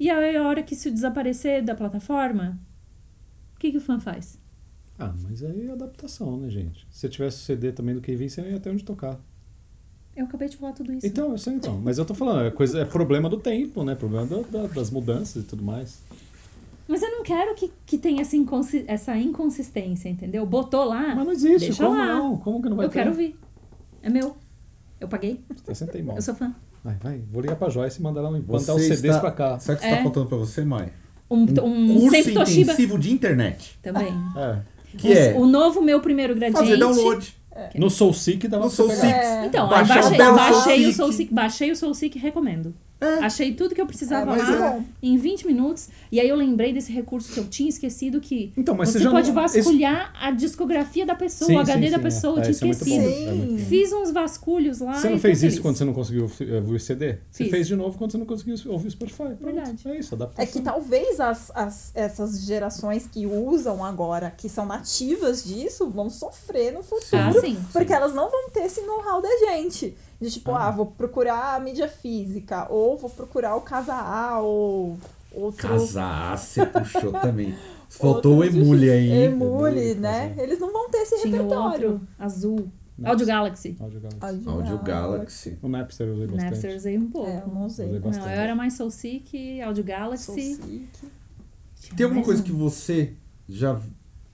S4: E aí a hora que isso desaparecer da plataforma, o que, que o fã faz?
S2: Ah, mas aí é adaptação, né, gente? Se tivesse o CD também do KV, você não ia ter onde tocar.
S4: Eu acabei de falar tudo isso.
S2: Então, eu sei então. Mas eu tô falando, é, coisa, é problema do tempo, né? Problema da- da- das mudanças e tudo mais.
S4: Mas eu não quero que, que tenha essa, inconsi- essa inconsistência, entendeu? Botou lá.
S2: Mas não existe,
S4: deixa
S2: como
S4: lá.
S2: não? Como que não vai
S4: eu
S2: ter?
S4: quero ouvir. É meu. Eu paguei.
S2: Eu sentei mal.
S4: Eu sou fã.
S2: Vai, vai, vou ligar pra Joyce e mandar ela um- mandar
S3: Você
S2: os CDs
S3: está-
S2: pra cá.
S3: Sabe o que está
S4: É.
S3: faltando pra você, Mai?
S4: Um, um,
S3: curso
S4: sempre Toshiba.
S3: intensivo de internet.
S4: Também.
S2: É.
S3: Que
S4: Os-
S3: é
S4: O novo meu primeiro gradiente.
S3: fazer download.
S2: No Soul Seek dava
S3: No
S2: pra você
S3: Soul
S2: pegar.
S3: Seek.
S5: É.
S4: Então, aí
S3: Baixar o
S4: baixei,
S3: Belo
S4: baixei o
S3: Soulseek.
S4: Soul Seek, baixei o Soul Seek, recomendo. Achei tudo que eu precisava
S5: É, mas
S4: lá
S5: é.
S4: em 20 minutos. E aí eu lembrei desse recurso que eu tinha esquecido que
S2: Então, mas
S4: você,
S2: você já
S4: pode
S2: não-
S4: vasculhar a discografia da pessoa,
S2: Sim,
S4: o HD
S2: sim,
S4: da
S2: sim,
S4: pessoa.
S2: é.
S4: Eu
S2: É,
S4: tinha
S2: isso é muito bom.
S4: esquecido.
S2: É muito bom.
S4: Fiz uns vasculhos lá.
S2: Você
S4: e
S2: não
S4: tô
S2: fez
S4: feliz.
S2: isso quando você não conseguiu eh, ouvir o CD? Você
S4: então é Fiz.
S2: fez de novo quando você não conseguiu ouvir o Spotify. Pronto.
S4: Verdade.
S2: É isso, adaptação.
S5: É que talvez as, as- essas gerações que usam agora, que são nativas disso, vão sofrer no futuro.
S4: Ah, sim.
S5: Porque elas não vão ter esse know-how da gente. De tipo, ah, vou procurar a mídia física, ou vou procurar o casa A, ou outro.
S3: Casar, você puxou também. Faltou o
S5: outro
S3: Emule
S5: disco.
S3: aí.
S5: Emule, né? Eles não vão ter esse
S4: Tinha o
S5: repertório.
S4: outro azul.
S2: Nossa.
S4: Audio Galaxy.
S2: Áudio Galaxy.
S5: Audio,
S3: Audio Ah, Galaxy.
S2: O Tá Napster eu usei bastante.
S4: Napster eu usei um pouco.
S5: É, eu não
S2: Usei
S5: sei.
S4: Não,
S2: bastante.
S4: eu era mais Soul Seek, Audio Galaxy. Tinha
S3: Tem alguma
S4: mais
S3: coisa
S4: um.
S3: que você já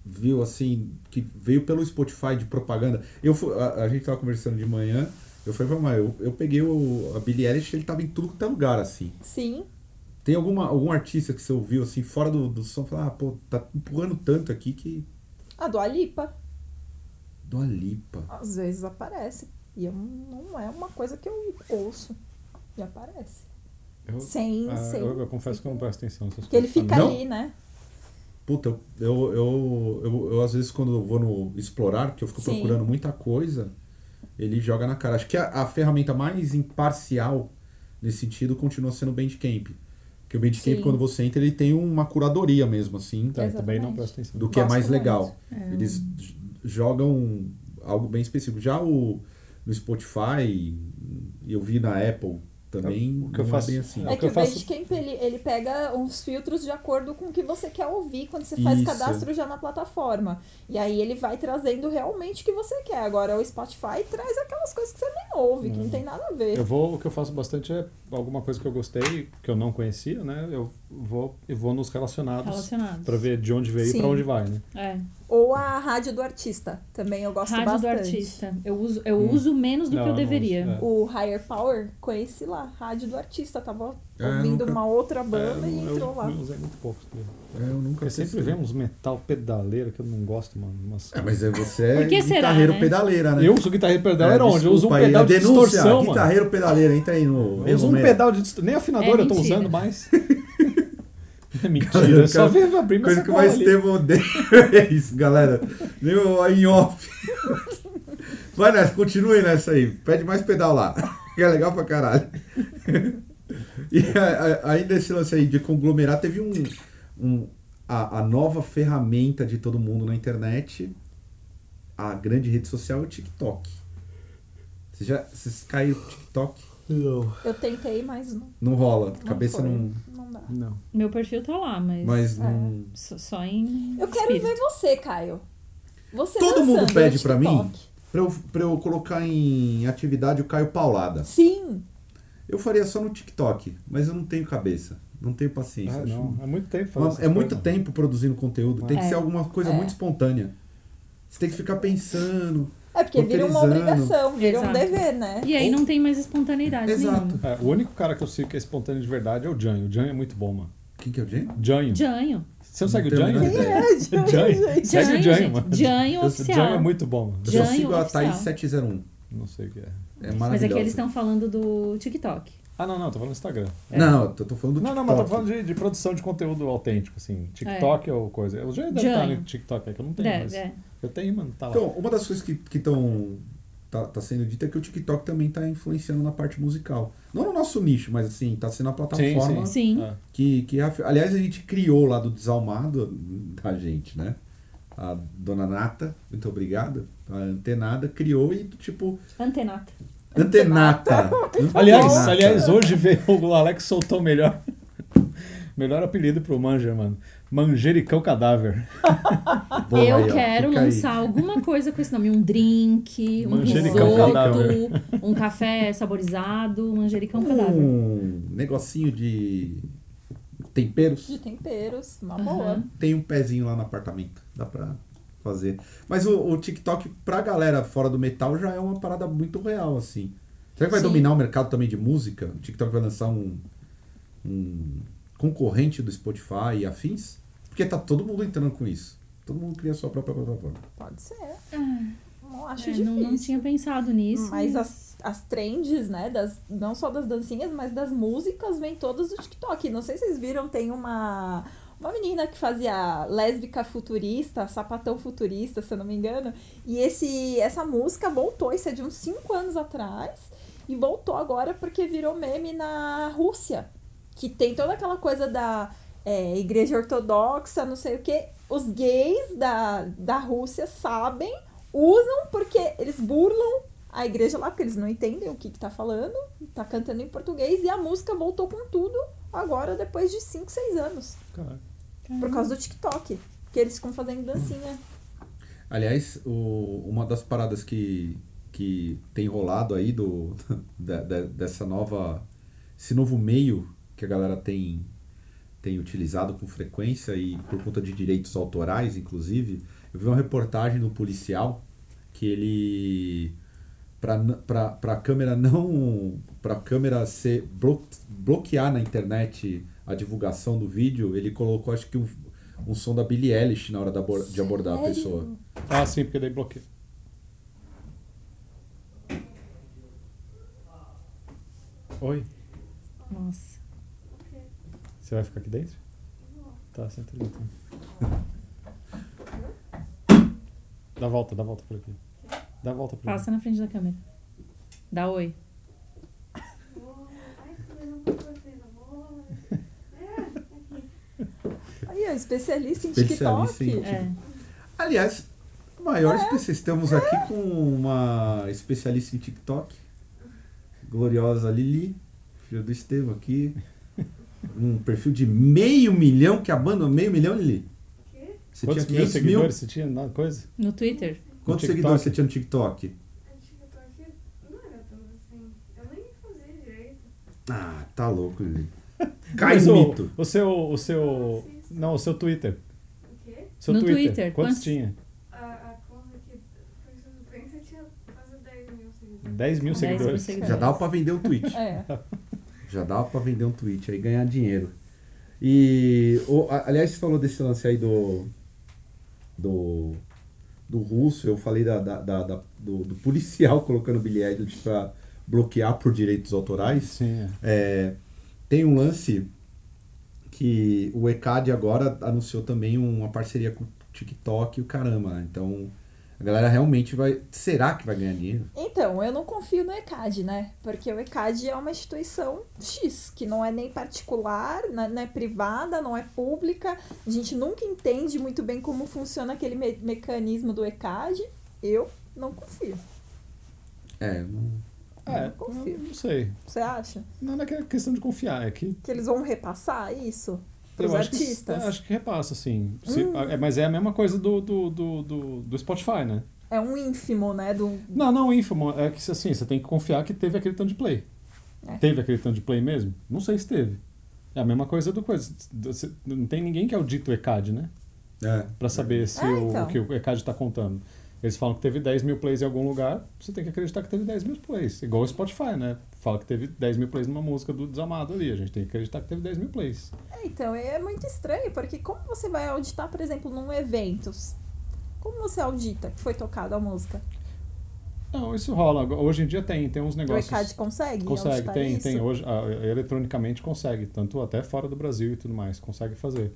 S3: viu assim, que veio pelo Spotify de propaganda? Eu fu- a, a gente tava conversando de manhã, eu falei pra Maia, eu, eu peguei o, a Billie Eilish, ele tava em tudo que tá lugar, assim.
S5: Sim.
S3: Tem alguma, algum artista que você ouviu assim, fora do, do som, falar, ah, pô, tá empurrando tanto aqui que.
S5: A do Alipa,
S3: Dua Lipa.
S5: às vezes aparece. E eu, não é uma coisa que eu ouço. E aparece.
S2: Eu-
S5: Sem,
S2: ah,
S5: sem.
S2: eu, eu confesso que eu não presto atenção nessas
S5: Que ele
S2: coisas
S5: fica
S2: também.
S3: Não.
S5: ali, né?
S3: Puta, eu, eu, eu, eu, eu, às vezes quando eu vou no explorar, porque eu fico
S5: Sim.
S3: procurando muita coisa, ele joga na cara. Acho que a, a ferramenta mais imparcial nesse sentido continua sendo o Bandcamp. Porque o Bandcamp,
S5: Sim.
S3: quando você entra, ele tem uma curadoria mesmo, assim,
S2: Tá, eu também
S5: Exatamente.
S2: não presto atenção.
S3: do que é
S5: Gosto
S3: mais
S5: muito.
S3: legal. Eles j- jogam algo bem específico. Já o, no Spotify, eu vi na Apple também,
S2: O que eu
S3: não é
S2: faço-
S3: bem assim.
S2: É
S5: É
S2: o que
S5: que
S2: eu
S5: o
S2: faço-
S5: Bandcamp, ele, ele pega uns filtros de acordo com o que você quer ouvir quando você faz
S3: Isso.
S5: cadastro já na plataforma. E aí ele vai trazendo realmente o que você quer. Agora o Spotify traz aquelas coisas que você nem ouve, que
S2: Uhum.
S5: não tem nada a ver.
S2: Eu vou, o que eu faço bastante é alguma coisa que eu gostei, que eu não conhecia, né? Eu vou, eu vou nos relacionados
S4: um Relacionados.
S2: pra ver de onde veio e
S5: Sim.
S2: pra onde vai, né?
S4: É.
S5: Ou a rádio do artista, também eu gosto
S4: Rádio
S5: bastante.
S4: do artista. Eu uso, eu
S3: Hum.
S4: uso menos do
S2: Não,
S4: que eu
S2: eu não uso,
S4: deveria.
S2: é.
S5: O Higher Power, conheci lá, rádio do artista. Tava
S3: É,
S5: ouvindo
S3: nunca-
S5: uma outra
S2: É, eu
S5: banda
S2: não-
S5: e
S2: eu,
S5: entrou lá.
S2: eu usei muito pouco. isso daí.
S3: É, eu nunca
S2: Eu sempre
S3: testei.
S2: vejo uns metal pedaleiro que eu não gosto, mano. Umas...
S3: É, mas é- você é
S4: Por que será,
S3: guitarreiro
S4: né?
S3: pedaleira, né?
S2: Eu uso guitarra pedaleiro onde? Eu uso um
S3: desculpa aí,
S2: pedal
S3: a
S2: de
S3: denúncia,
S2: distorção, mano.
S3: Guitarreiro pedaleiro, entra aí no.
S2: Eu uso um
S3: Romero.
S5: É
S2: pedal de distorção. Nem afinador
S4: É
S2: eu tô
S4: mentira.
S2: usando mais. É Mentira, só
S3: cara,
S2: vem abrir
S3: Coisa
S2: essa
S3: que
S2: bola
S3: mais
S2: ali.
S3: teve odeio é isso, galera. Meu, em off. Vai nessa, continue nessa aí. Pede mais pedal lá. Que é legal pra caralho. E a- a- ainda esse lance aí de conglomerar, teve um. um- a, a nova ferramenta de todo mundo na internet, a grande rede social é o TikTok. Vocês já vocês caíram no TikTok?
S5: Eu tentei, mas não.
S3: Não rola.
S5: não
S3: Cabeça
S5: foi.
S3: não.
S5: Não dá.
S2: Não.
S4: Meu perfil tá lá, mas.
S3: Mas não.
S4: Só, só em.
S5: Eu quero
S4: espírito.
S5: ver você, Caio. Você
S3: Todo
S5: dançando
S3: mundo
S5: no
S3: pede pra
S5: TikTok.
S3: mim pra eu, pra eu colocar em atividade o Caio Paulada.
S5: Sim.
S3: Eu faria só no TikTok, mas eu não tenho cabeça. Não tenho paciência.
S2: Ah,
S3: acho-
S2: não. É muito tempo fazer
S3: Mas
S2: essas
S3: é muito
S2: coisas.
S3: tempo produzindo conteúdo. Tem que
S4: É.
S3: ser alguma coisa
S5: É.
S3: muito espontânea. Você tem que ficar pensando.
S5: É porque vira uma
S3: Roteirizando.
S5: obrigação, vira um
S4: Exato.
S5: dever, né?
S4: E aí não tem mais espontaneidade
S3: Oh. Exato.
S4: nenhuma.
S2: É, o único cara que eu sigo que é espontâneo de verdade é o Janho. O Janho é muito bom, mano.
S3: Quem que é o Jane?
S2: Janho.
S4: Janho.
S2: Você não segue o
S3: Não tenho
S2: Janho?
S3: a menor ideia.
S5: É,
S2: Janho. Segue o
S4: Janho,
S2: Janho,
S4: gente.
S2: mano.
S4: Janho
S2: Eu-
S4: oficial.
S2: Janho é muito bom, mano.
S3: Eu
S4: Jânio
S3: só sigo a
S4: oficial.
S3: Thaís 701.
S2: Não sei o que é.
S3: É
S4: Mas
S3: maravilhosa.
S4: aqui eles estão falando do TikTok.
S2: Ah, não, não, tô falando do Instagram.
S3: Não, eu tô, tô falando do
S2: Não, não, mas tô
S3: TikTok.
S2: falando de, de produção de conteúdo autêntico, assim. TikTok ou coisa. Eu já deve
S4: É. Jânio.
S2: estar no TikTok, é que eu não tenho,
S4: Deve,
S2: mas
S4: é.
S2: eu tenho, mano, tá lá.
S3: Então, uma das coisas que estão tá, tá sendo dita é que o TikTok também tá influenciando na parte musical. Não no nosso nicho, mas assim, tá sendo a plataforma
S4: Sim.
S2: É.
S3: Que, que af- aliás, a gente criou lá do Desalmado, a gente, né? A dona Nata, muito obrigado, a antenada, criou e, tipo,
S4: Antenata.
S3: antenata.
S2: Aliás,
S3: Antenata.
S2: aliás, um hoje veio o Alex soltou o melhor. Melhor apelido pro Manja, mano. Manjericão Cadáver.
S3: Boa,
S4: eu
S3: aí, ó,
S4: quero
S3: fica aí.
S4: lançar alguma coisa com esse nome. Um drink, um
S2: Manjericão
S4: risoto,
S2: cadáver.
S4: um café saborizado, um manjericão cadáver.
S3: um negocinho de temperos.
S5: De temperos, uma boa.
S4: Aham.
S3: Tem um pezinho lá no apartamento, dá pra fazer. Mas o, o TikTok, pra galera fora do metal, já é uma parada muito real, assim. Será que vai
S4: Sim.
S3: dominar o mercado também de música? O TikTok vai lançar um, um concorrente do Spotify e afins? Porque tá todo mundo entrando com isso. Todo mundo cria sua própria plataforma.
S5: Pode ser.
S4: Ah,
S5: Não acho
S4: É,
S5: difícil.
S4: não, não tinha pensado nisso.
S5: Mas as, as trends, né? Das, não só das dancinhas, mas das músicas vêm todas do TikTok. Não sei se vocês viram, tem uma, uma menina que fazia lésbica futurista, sapatão futurista, se eu não me engano. E esse, essa música voltou, isso é de uns 5 anos atrás. E voltou agora porque virou meme na Rússia. Que tem toda aquela coisa da é, igreja ortodoxa, não sei o quê. Os gays da, da Rússia sabem, usam porque eles burlam a igreja lá, porque eles não entendem o que, que tá falando, tá cantando em português, e a música voltou com tudo agora, depois de 5, 6 anos,
S2: Caralho.
S5: por causa do TikTok. Porque eles ficam fazendo dancinha.
S3: Hum. Aliás, o- uma das paradas que, que tem rolado aí do, da- da- dessa nova. Esse novo meio que a galera tem, tem utilizado com frequência e por conta de direitos autorais, inclusive. Eu vi uma reportagem do policial que ele. Para a câmera não. Para a câmera ser blo- bloquear na internet a divulgação do vídeo, ele colocou, acho que, um, um som da Billie Eilish na hora da abor- de abordar a
S5: Sério?
S3: pessoa.
S2: Ah, sim, porque daí bloqueia. Oi,
S4: Nossa.
S2: você vai ficar aqui dentro? Tá, senta ali então. Dá a volta, dá a volta por aqui. Dá a volta por aqui.
S4: Passa na frente da câmera. Dá oi.
S5: Aí, ó, especialista em
S3: Especialista em
S5: TikTok.
S4: É.
S3: Aliás, o maior especialista. Estamos aqui com uma especialista em TikTok, gloriosa Lili, filha do Estevam aqui. Um perfil de meio milhão, que abandonou meio milhão, Lili? Você
S2: Quantos
S3: tinha
S2: mil
S3: 500 mil?
S2: seguidores você tinha? na coisa?
S4: No Twitter?
S3: Quantos
S2: No
S3: seguidores
S2: TikTok?
S3: você tinha no TikTok?
S2: assim.
S3: Ah, tá louco, Lili. Cai
S2: Mas
S3: o
S2: o-
S3: mito.
S2: O seu, o seu. Não, o seu Twitter. Seu
S4: No
S2: Twitter.
S4: Twitter,
S2: Quantos,
S4: quantos?
S2: tinha? 10 mil
S4: 10 mil
S2: seguidores.
S4: seguidores.
S3: Já dava pra vender o tweet.
S5: É.
S3: Já dava pra vender um tweet aí e ganhar dinheiro. E, o- a- aliás, você falou desse lance aí do. do. do russo, eu falei da, da- da- da- do, do policial colocando Billie Eilish pra bloquear por direitos autorais.
S2: Sim, é.
S3: É, tem um lance que o ECAD agora anunciou também uma parceria com o TikTok e o caramba. Então, a galera realmente vai. Será que vai ganhar dinheiro?
S5: Então, eu não confio no ECAD, né? Porque o ECAD é uma instituição X, que não é nem particular, né, não é privada, não é pública. A gente nunca entende muito bem como funciona aquele me- mecanismo do ECAD. Eu não confio.
S3: É, não.
S2: É,
S5: Não confio.
S2: eu não sei.
S5: Você acha?
S2: Não é que é questão de confiar, é que.
S5: Que eles vão repassar isso pros
S2: Eu acho que,
S5: artistas?
S2: acho que repassa, assim. Se- é, mas é a mesma coisa do, do, do, do, do Spotify, né?
S5: É um ínfimo, né? Do...
S2: Não, não, ínfimo. É que assim, você tem que confiar que teve aquele tanto de play.
S5: É.
S2: Teve aquele tanto de play mesmo? Não sei se teve. É a mesma coisa do coisa. Você- Não tem ninguém que audita o ECAD, né?
S3: É.
S2: Pra saber se
S5: Ah,
S2: o,
S5: então.
S2: o que o ECAD tá contando. Eles falam que teve 10 mil plays em algum lugar, você tem que acreditar que teve 10 mil plays. Igual o Spotify, né? Fala que teve 10 mil plays numa música do Desamado ali. A gente tem que acreditar que teve 10 mil plays.
S5: É, então, é muito estranho, porque como você vai auditar, por exemplo, num evento? Como você audita que foi tocada a música?
S2: Não, Então, isso rola. Agora- Hoje em dia tem, tem uns negócios.
S5: O ECAD consegue?
S2: Consegue,
S5: auditar
S2: tem,
S5: isso?
S2: tem. Hoje, ah, eletronicamente consegue, tanto até fora do Brasil e tudo mais, consegue fazer.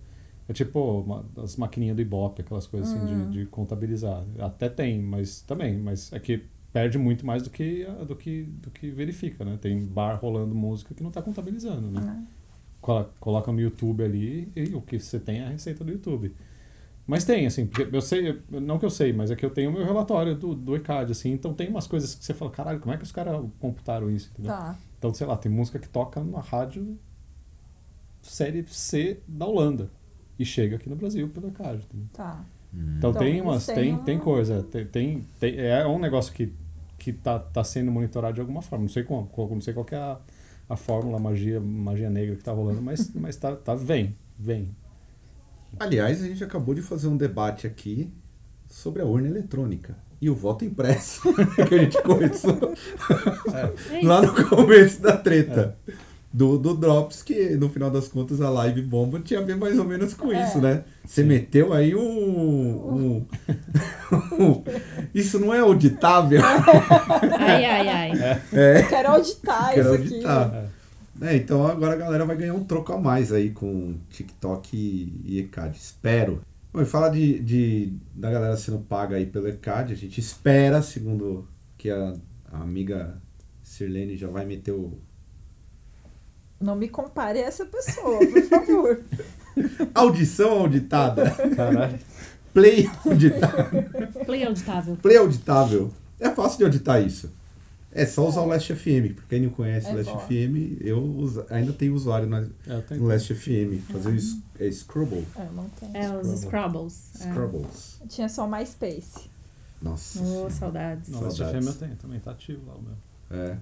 S2: É tipo uma- as maquininhas do Ibope, aquelas coisas
S5: Hum.
S2: assim de, de contabilizar. Até tem, mas também, mas é que perde muito mais do que, a- do que, do que verifica, né? Tem bar rolando música que não tá contabilizando, né?
S5: Ah.
S2: Colo- Coloca no YouTube ali e o que você tem é a receita do YouTube. Mas tem, assim, porque eu sei, eu- não que eu sei, mas é que eu tenho o meu relatório do, do ECAD, assim, então tem umas coisas que você fala, caralho, como é que os caras computaram isso, entendeu?
S5: Tá.
S2: Então, sei lá, tem música que toca na rádio série C da Holanda e chega aqui no Brasil pela rádio. entendeu?
S5: Tá.
S2: Então,
S5: Então,
S2: tem
S5: eles
S2: umas,
S5: têm
S2: tem,
S5: um-
S2: tem coisa, tem, tem, tem- é um negócio que, que tá, tá sendo monitorado de alguma forma. Não sei como, qual- não sei qual que é a, a fórmula, a magia, magia negra que tá rolando, mas, mas tá, tá vem, vem.
S3: Aliás, a gente acabou de fazer um debate aqui sobre a urna eletrônica e o voto impresso que a gente começou
S4: É isso.
S3: lá no começo da treta. Do, do Drops, que no final das contas a live bomba tinha a ver mais ou menos com
S4: É.
S3: isso, né? Você meteu aí um. um- um- isso não é auditável.
S4: Ai, ai, ai.
S5: Quero auditar
S3: Quero
S5: isso Ah, aqui.
S3: auditar. É, então agora a galera vai ganhar um troco a mais aí com TikTok e, e ECAD. Espero. Bom, e fala de, de- da galera sendo paga aí pelo ECAD. A gente espera, segundo que a, a amiga Sirlene já vai meter o.
S5: Não me compare a essa pessoa, por favor.
S3: Audição auditada!
S2: Caralho.
S3: Play auditável.
S4: Play auditável.
S3: Play auditável. É fácil de auditar isso. É só usar o Last FM. Pra quem não conhece o
S5: É
S3: Last
S5: boa.
S3: FM, eu usa- ainda tenho usuário na-
S2: É, tem-
S3: no Last FM. Fazer o s- é Scrabble.
S5: Eu não tenho.
S4: É, os Scrabbles. É.
S3: Scrabbles.
S5: Eu tinha só MySpace.
S3: Nossa.
S4: Oh, saudades.
S2: Não, Last
S3: Saudades.
S2: FM eu tenho, também tá ativo lá o meu.
S3: É.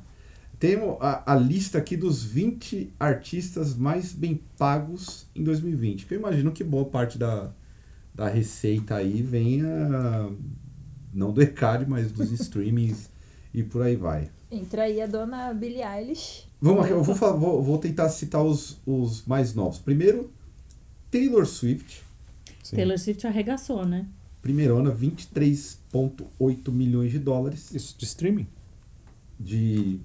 S3: Tem o- a, a lista aqui dos 20 artistas mais bem pagos em 2020. Que eu imagino que boa parte da, da receita aí venha. Não do ECAD, mas dos streamings e por aí vai.
S5: Entra aí a dona Billie Eilish.
S3: Vamos aqui, eu vou, fa- vou, vou tentar citar os, os mais novos. Primeiro, Taylor Swift.
S2: Sim.
S4: Taylor Swift arregaçou, né?
S3: Primeirona, 23,8 milhões de dólares
S2: Isso de streaming?
S3: de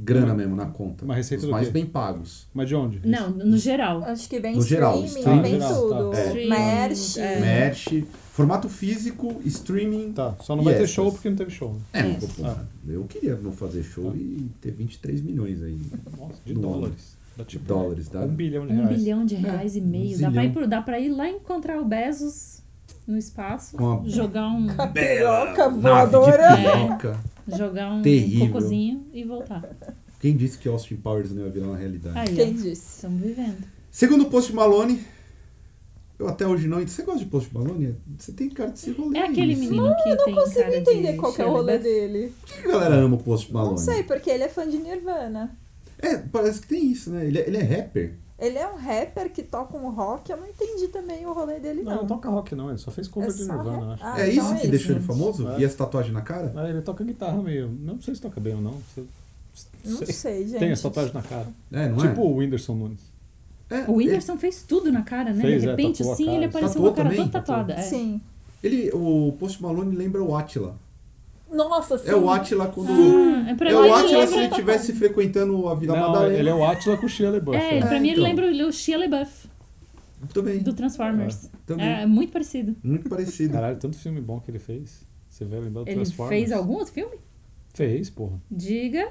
S3: grana mesmo na conta.
S2: Uma receita
S3: os
S2: do
S3: mais
S2: quê?
S3: bem pagos.
S2: Mas de onde?
S4: Não, no
S3: É.
S4: geral.
S5: Acho que vem
S3: No geral,
S5: streaming,
S3: streaming.
S5: vem
S2: Ah, geral,
S5: tudo.
S2: tá.
S4: É.
S5: Merch.
S4: É.
S3: Merch, formato físico, streaming.
S2: Tá, só não
S3: E
S2: vai ter
S3: essas?
S2: show porque não teve show. né?
S3: É,
S4: É.
S3: pô, porra, eu queria não fazer show e ter 23 milhões aí.
S2: Nossa, de
S3: No
S2: dólares. Dá tipo
S3: Dólares, tá? dá?
S2: um bilhão de
S4: Um
S2: reais.
S4: bilhão de reais e meio.
S3: um
S4: Dá pra, ir
S3: zilhão.
S4: pro- dá pra ir lá encontrar o Bezos no espaço,
S3: Com a-
S4: jogar um,
S5: Piroca
S3: Nave de
S5: voadora.
S3: piroca.
S4: jogar um
S3: Terrível.
S4: cocôzinho e voltar.
S3: Quem disse que Austin Powers não ia virar uma realidade?
S4: Aí,
S5: Quem
S4: ó,
S5: disse?
S4: estamos vivendo.
S3: Segundo o Post Malone, eu até hoje não. ent- Você gosta de Post Malone? Você tem cara de ser rolê.
S4: É aquele
S3: isso.
S4: menino que
S5: Eu não
S4: tem
S5: consigo
S4: cara
S5: entender
S4: de
S5: qual que é o
S4: Shirley
S5: rolê
S4: Bassey.
S5: dele.
S3: Por que a galera ama o Post Malone?
S5: Não sei, porque ele é fã de Nirvana.
S3: É, parece que tem isso, né? Ele é, ele é rapper.
S5: Ele é um rapper que toca um rock, eu não entendi também o rolê dele,
S2: Não,
S5: não.
S2: não toca rock não, ele só fez cover
S5: É
S2: de
S5: só
S2: Nirvana, eu
S5: rap-
S2: acho.
S5: Ah,
S3: é
S5: então
S3: isso
S5: é
S3: que deixou
S5: isso.
S3: ele famoso?
S2: É.
S3: E as tatuagens na cara?
S2: Ah, ele toca guitarra meio, não sei se toca bem ou não, sei-
S5: Não sei, gente.
S2: Tem as tatuagens na cara.
S3: É, não
S2: tipo o Whindersson Nunes.
S3: é? é?
S4: O
S3: ele-
S4: Whindersson fez tudo na cara, né?
S2: Fez,
S4: de
S2: é,
S4: repente,
S2: tatuou a
S4: assim,
S2: cara.
S4: ele apareceu
S3: Tatuou
S4: com a cara
S3: também?
S4: toda tatuada. é.
S5: Sim.
S3: Ele, o Post Malone lembra o Attila.
S5: Nossa, sim.
S3: É o Attila quando.
S4: Ah, é pra
S3: é
S4: mim,
S3: o
S4: ele
S3: Attila se
S4: lembra-
S3: ele estivesse frequentando a Vila
S2: Não, é
S3: Madalena.
S2: ele é o Átila com o Shia LaBeouf.
S4: É, ele-
S2: né?
S4: pra mim ele
S3: então.
S4: lembra o Shia LaBeouf.
S3: Também.
S4: do Transformers.
S3: Também.
S4: É, muito parecido.
S3: Muito parecido.
S2: Caralho, tanto filme bom que ele fez. Você vai lembrar do
S4: Ele
S2: Transformers?
S4: fez algum outro filme?
S2: Fez, porra.
S4: Diga,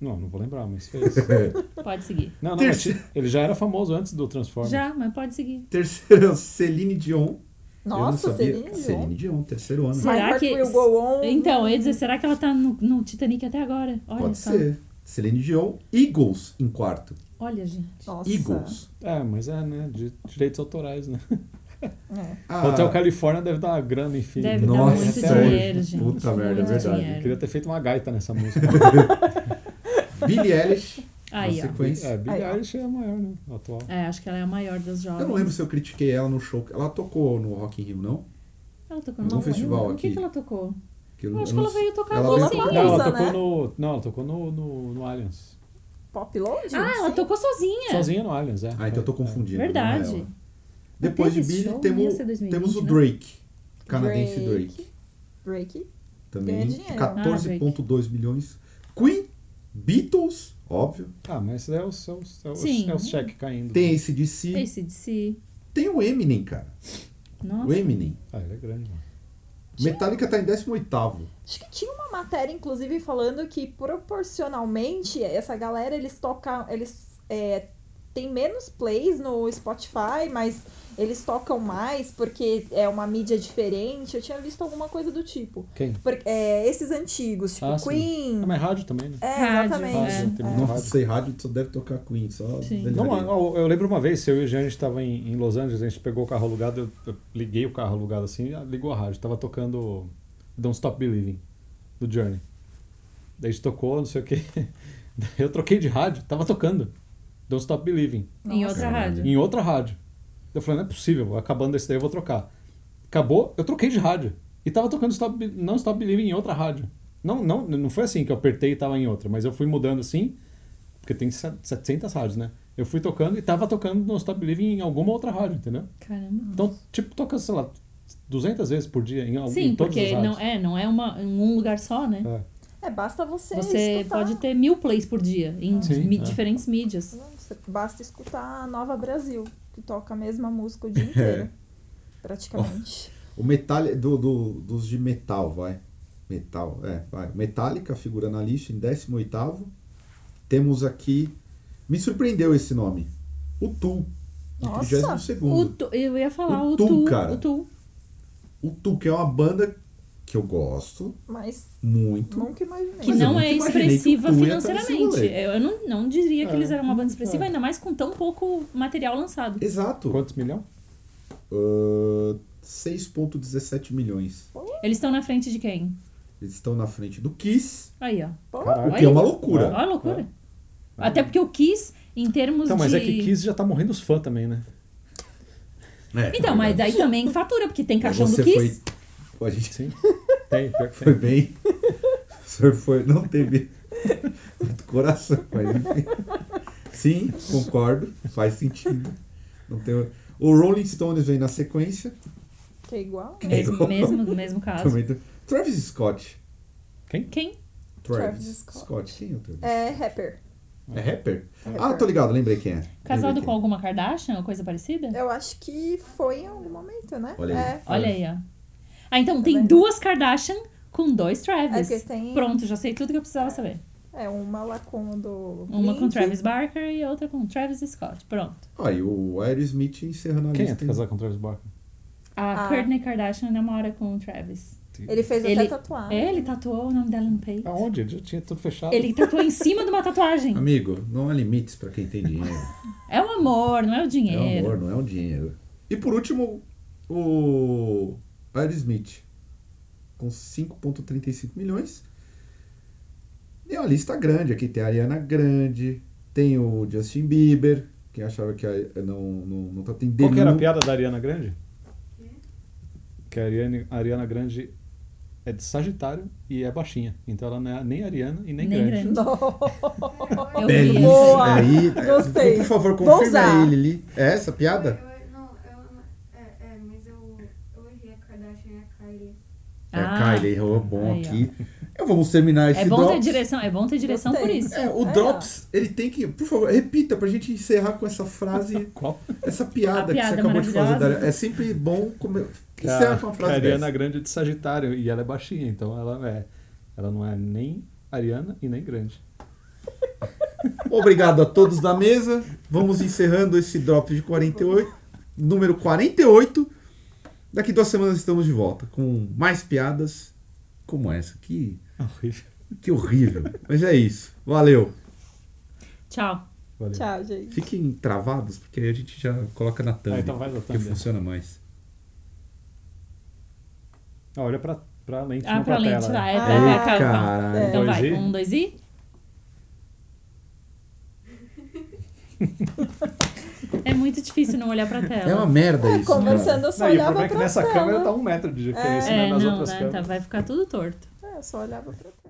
S2: Não, não vou lembrar, mas fez.
S4: pode seguir.
S2: Não, não, mas
S3: Terce-
S2: ele já era famoso antes do Transformers.
S4: Já, mas pode seguir.
S3: Terceiro é o Celine Dion.
S5: Nossa,
S3: eu não sabia.
S5: Celine Dion.
S3: Celine Dion, terceiro ano.
S5: My
S4: Será
S5: Heart
S4: que-
S5: Will Go On.
S4: Então, eu ia dizer, será que ela tá no, no Titanic até agora? Olha
S3: Pode
S4: só.
S3: ser. Celine Dion, Eagles em quarto.
S4: Olha, gente.
S5: Nossa.
S3: Eagles.
S2: É, mas é, né? De direitos autorais, né?
S5: É.
S3: Ah,
S2: Hotel Califórnia deve dar uma grana, enfim.
S4: Deve
S3: Nossa, é
S4: dar muito
S3: sério.
S4: dinheiro, gente.
S3: Puta merda, é
S4: muito
S3: verdade.
S2: Eu
S4: dinheiro.
S2: queria ter feito uma gaita nessa música.
S3: Billie Eilish.
S4: Aí,
S3: na
S4: ó.
S3: sequência.
S2: é, Billie
S5: Aí, ó.
S2: Eilish é a maior, né? Atual.
S4: É, acho que ela é a maior das jovens.
S3: Eu não lembro se eu critiquei ela no show. Ela tocou no Rock in Rio, não?
S4: Ela tocou
S3: Num
S4: no
S3: festival
S4: O que,
S3: aqui.
S4: que ela tocou?
S3: Que
S4: Eu acho
S3: não
S4: que ela
S3: sei-
S4: veio tocar
S3: ela
S4: no
S3: veio
S4: Rock in
S5: tocar.
S2: Não, ela
S5: Usa,
S2: tocou
S5: né?
S2: no. Não, ela tocou no, no, no Aliens.
S5: Pop Load?
S4: Ah, ela
S5: Sim.
S4: tocou sozinha.
S2: Sozinha no Aliens, é.
S3: Ah, então eu tô confundindo.
S4: Verdade.
S3: não é ela. Depois de
S4: teve esse
S3: Billie,
S4: show?
S3: temos,
S4: Ia ser 2020,
S3: temos o
S4: né?
S3: Drake. Canadense
S5: Drake.
S3: Drake.
S5: Drake. Ganha
S3: Também.
S5: dinheiro.
S2: Ah,
S3: 14,2 milhões. Queen, Beatles, óbvio.
S2: Ah, mas esse é o seu. É o,
S4: Sim.
S2: é o cheque caindo.
S3: Tem esse DC.
S4: ACDC.
S3: Tem o Eminem, cara. O
S4: Nossa.
S3: Eminem.
S2: Ah, ele é grande, mano.
S3: Metallica tá em 18.
S5: Acho que tinha uma matéria, inclusive, falando que proporcionalmente essa galera eles tocam. Eles é, têm menos plays no Spotify, mas eles tocam mais porque é uma mídia diferente. Eu tinha visto alguma coisa do tipo.
S2: Quem?
S5: Porque, é, esses antigos, tipo
S2: Ah, sim.
S5: Queen.
S2: Ah, mas rádio também, né?
S5: É,
S4: Rádio,
S5: exatamente.
S2: Rádio, tem muito
S3: Nossa,
S2: rádio.
S3: sei rádio só deve tocar Queen, só.
S4: Sim.
S3: velharia.
S2: Não, eu, eu lembro uma vez, eu e o Jean, a gente estava em, em Los Angeles, a gente pegou o carro alugado, eu, eu liguei o carro alugado assim, ah, ligou a rádio, tava tocando Don't Stop Believing, do Journey. Daí a gente tocou, não sei o que. Eu troquei de rádio, tava tocando Don't Stop Believing,
S4: Em outra
S3: Caralho.
S4: rádio.
S2: em outra rádio. Eu falei, não é possível, acabando esse daí eu vou trocar. Acabou, eu troquei de rádio. E tava tocando Stop, Be- Não Stop Believing em outra rádio. Não, não, não foi assim que eu apertei e tava em outra, mas eu fui mudando assim, porque tem se- 700 rádios, né? Eu fui tocando e tava tocando No Stop Believing em alguma outra rádio, entendeu?
S4: Caramba.
S2: Então, tipo, toca, sei lá, 200 vezes por dia em, al- em
S4: Sim,
S2: todas as
S4: porque
S2: rádios.
S4: não é, não é uma, em um lugar só, né?
S2: É.
S5: É, basta você,
S4: Você
S5: escutar.
S4: pode ter mil plays por dia em
S2: Sim,
S4: mi-
S2: é.
S4: diferentes mídias.
S5: Você- Basta escutar a Nova Brasil, que toca a mesma música o dia inteiro. Praticamente.
S3: O Metallica, do, do- dos de metal, vai. Metal, é, vai. Metallica figura na lista em 18. Temos aqui. Me surpreendeu esse nome. O Tu.
S5: Nossa.
S3: 32.
S4: O Tu- eu ia falar
S3: O
S4: o,
S3: Tu,
S4: Tu,
S3: cara.
S4: o Tu.
S3: O Tu, que é uma banda que eu gosto
S5: Mas
S3: muito.
S5: nunca imaginei.
S4: Que
S3: Mas eu
S4: não
S3: nunca
S4: é
S3: imaginei que o
S4: expressiva
S3: Tu ia estar nesse
S4: financeiramente.
S3: rolê.
S4: Eu não, não diria que
S2: É.
S4: eles eram uma banda
S2: É.
S4: expressiva, ainda mais com tão pouco material lançado.
S3: Exato.
S2: Quantos milhão?
S3: Ah, 6,17 milhões.
S4: Eles estão na frente de quem?
S3: Eles estão na frente do Kiss,
S4: Aí, ó.
S5: Pô,
S2: Caralho.
S3: o que é uma loucura. É.
S4: Olha a loucura. Até porque o Kiss, em termos
S2: Então, mas
S4: de.
S2: é que Kiss já tá morrendo os fãs também, né?
S3: É,
S4: Então,
S3: na
S4: mas
S3: verdade.
S4: aí também fatura, porque tem caixão
S3: Você
S4: do Kiss.
S3: Foi... A gente
S2: Sim. Tem, pior que
S3: Foi
S2: tem.
S3: bem. O senhor foi, não teve muito coração, mas enfim. Sim, concordo, faz sentido. Não tem... O Rolling Stones vem na sequência.
S5: que é igual, né?
S4: Mesmo,
S3: Igual.
S4: mesmo, mesmo caso.
S3: Também do... Travis Scott.
S4: Quem?
S3: Travis,
S5: Travis
S3: Scott.
S5: Scott.
S3: Quem é o Travis?
S5: É rapper.
S3: É rapper? Ah, tô ligado, lembrei quem é.
S4: Casado
S3: Lembrei
S4: com
S3: quem é.
S4: alguma Kardashian ou coisa parecida?
S5: Eu acho que foi em algum momento, né?
S3: Olha aí.
S5: É.
S4: Olha aí, ó. Ah, então tem
S5: vendo?
S4: duas Kardashian com dois
S5: É
S4: Travis.
S5: porque tem
S4: Pronto, já sei tudo que eu precisava saber.
S5: é, uma lá com o do.
S4: Uma com
S5: Blink.
S4: Travis Barker e outra com Travis Scott. Pronto.
S3: Ó, e o Aerosmith encerrando a
S2: Quem é
S3: lista.
S2: casar com o Travis Barker?
S4: A
S5: Ah.
S4: Kourtney Kardashian namora com o Travis.
S5: Ele fez
S4: Ele-
S5: até tatuagem.
S4: É, ele tatuou o nome dela no peito.
S2: Aonde? Ele já tinha tudo fechado.
S4: Ele tatuou em cima de uma tatuagem.
S3: Amigo, não há limites pra quem tem dinheiro.
S4: É o amor, não é o
S3: é o
S4: dinheiro.
S3: amor, não é o dinheiro. E por último, o Aerosmith. Com 5,35 milhões. E é uma lista grande. Aqui tem a Ariana Grande, tem o Justin Bieber. Quem achava que a- não, não, não tá. Tem
S2: Qual que era a
S3: Delu-
S2: piada da Ariana Grande? Que a Ariane- a Ariana Grande é de Sagitário e é baixinha. Então ela não é nem Ariana e nem,
S4: Nem
S2: grande.
S4: grande.
S5: Não.
S4: Eu vi
S3: Belíssima.
S4: isso.
S5: Boa!
S3: É Aí,
S5: Gostei.
S3: Por favor,
S5: Vou
S3: confirma
S5: usar.
S3: aí, Lili. É essa a piada?
S6: Eu- eu- não, eu- é, é, mas eu, eu errei a Kardashian e a Kylie.
S3: É
S4: Ah.
S3: Kylie Robon
S4: Aí, ó.
S3: aqui. Eu vamos terminar esse
S4: É bom ter
S3: Drops.
S4: direção, é bom ter direção por
S5: Gostei.
S4: isso.
S3: É, o
S5: Aí,
S3: Drops, ele tem que. Por favor, repita pra gente encerrar com essa frase,
S2: Qual?
S3: essa piada, que você
S4: A piada
S3: acabou de fazer,
S4: maravilhosa.
S3: Daria. É sempre bom come...
S2: é
S3: encerrar com é uma frase
S2: Ariana
S3: dessa.
S2: Grande de Sagitário e ela é baixinha, então ela é, ela não é nem Ariana e nem grande.
S3: Obrigado a todos da mesa. Vamos encerrando esse Drops de 48, número 48. Daqui duas semanas estamos de volta com mais piadas como essa. Que,
S2: Horrível.
S3: que horrível. Mas é isso. Valeu.
S4: Tchau.
S2: Valeu.
S5: Tchau, gente.
S3: Fiquem travados, porque aí a gente já coloca na thumb.
S2: Ah, então vai na
S3: Porque
S2: thumb, é.
S3: funciona mais.
S2: Ah, olha pra, pra lente,
S4: Ah,
S2: não
S4: pra
S2: pra,
S4: lente
S2: tela. né?
S4: lá. É,
S5: Ah,
S4: pra
S3: Ei,
S4: cá, calma.
S3: caralho.
S4: Então vai,
S2: Dois e?
S4: um, dois e. É muito difícil não olhar pra tela.
S3: É uma merda
S5: É,
S3: isso. cara.
S5: conversando, eu só
S2: Não, e o
S5: olhava
S2: problema
S5: pra
S2: é que nessa
S5: tela.
S2: câmera tá um metro de diferença,
S4: É,
S2: né? Nas
S4: não,
S2: outras
S4: né, tá-
S2: câmeras.
S4: vai ficar tudo torto.
S5: É, eu só olhava pra tela.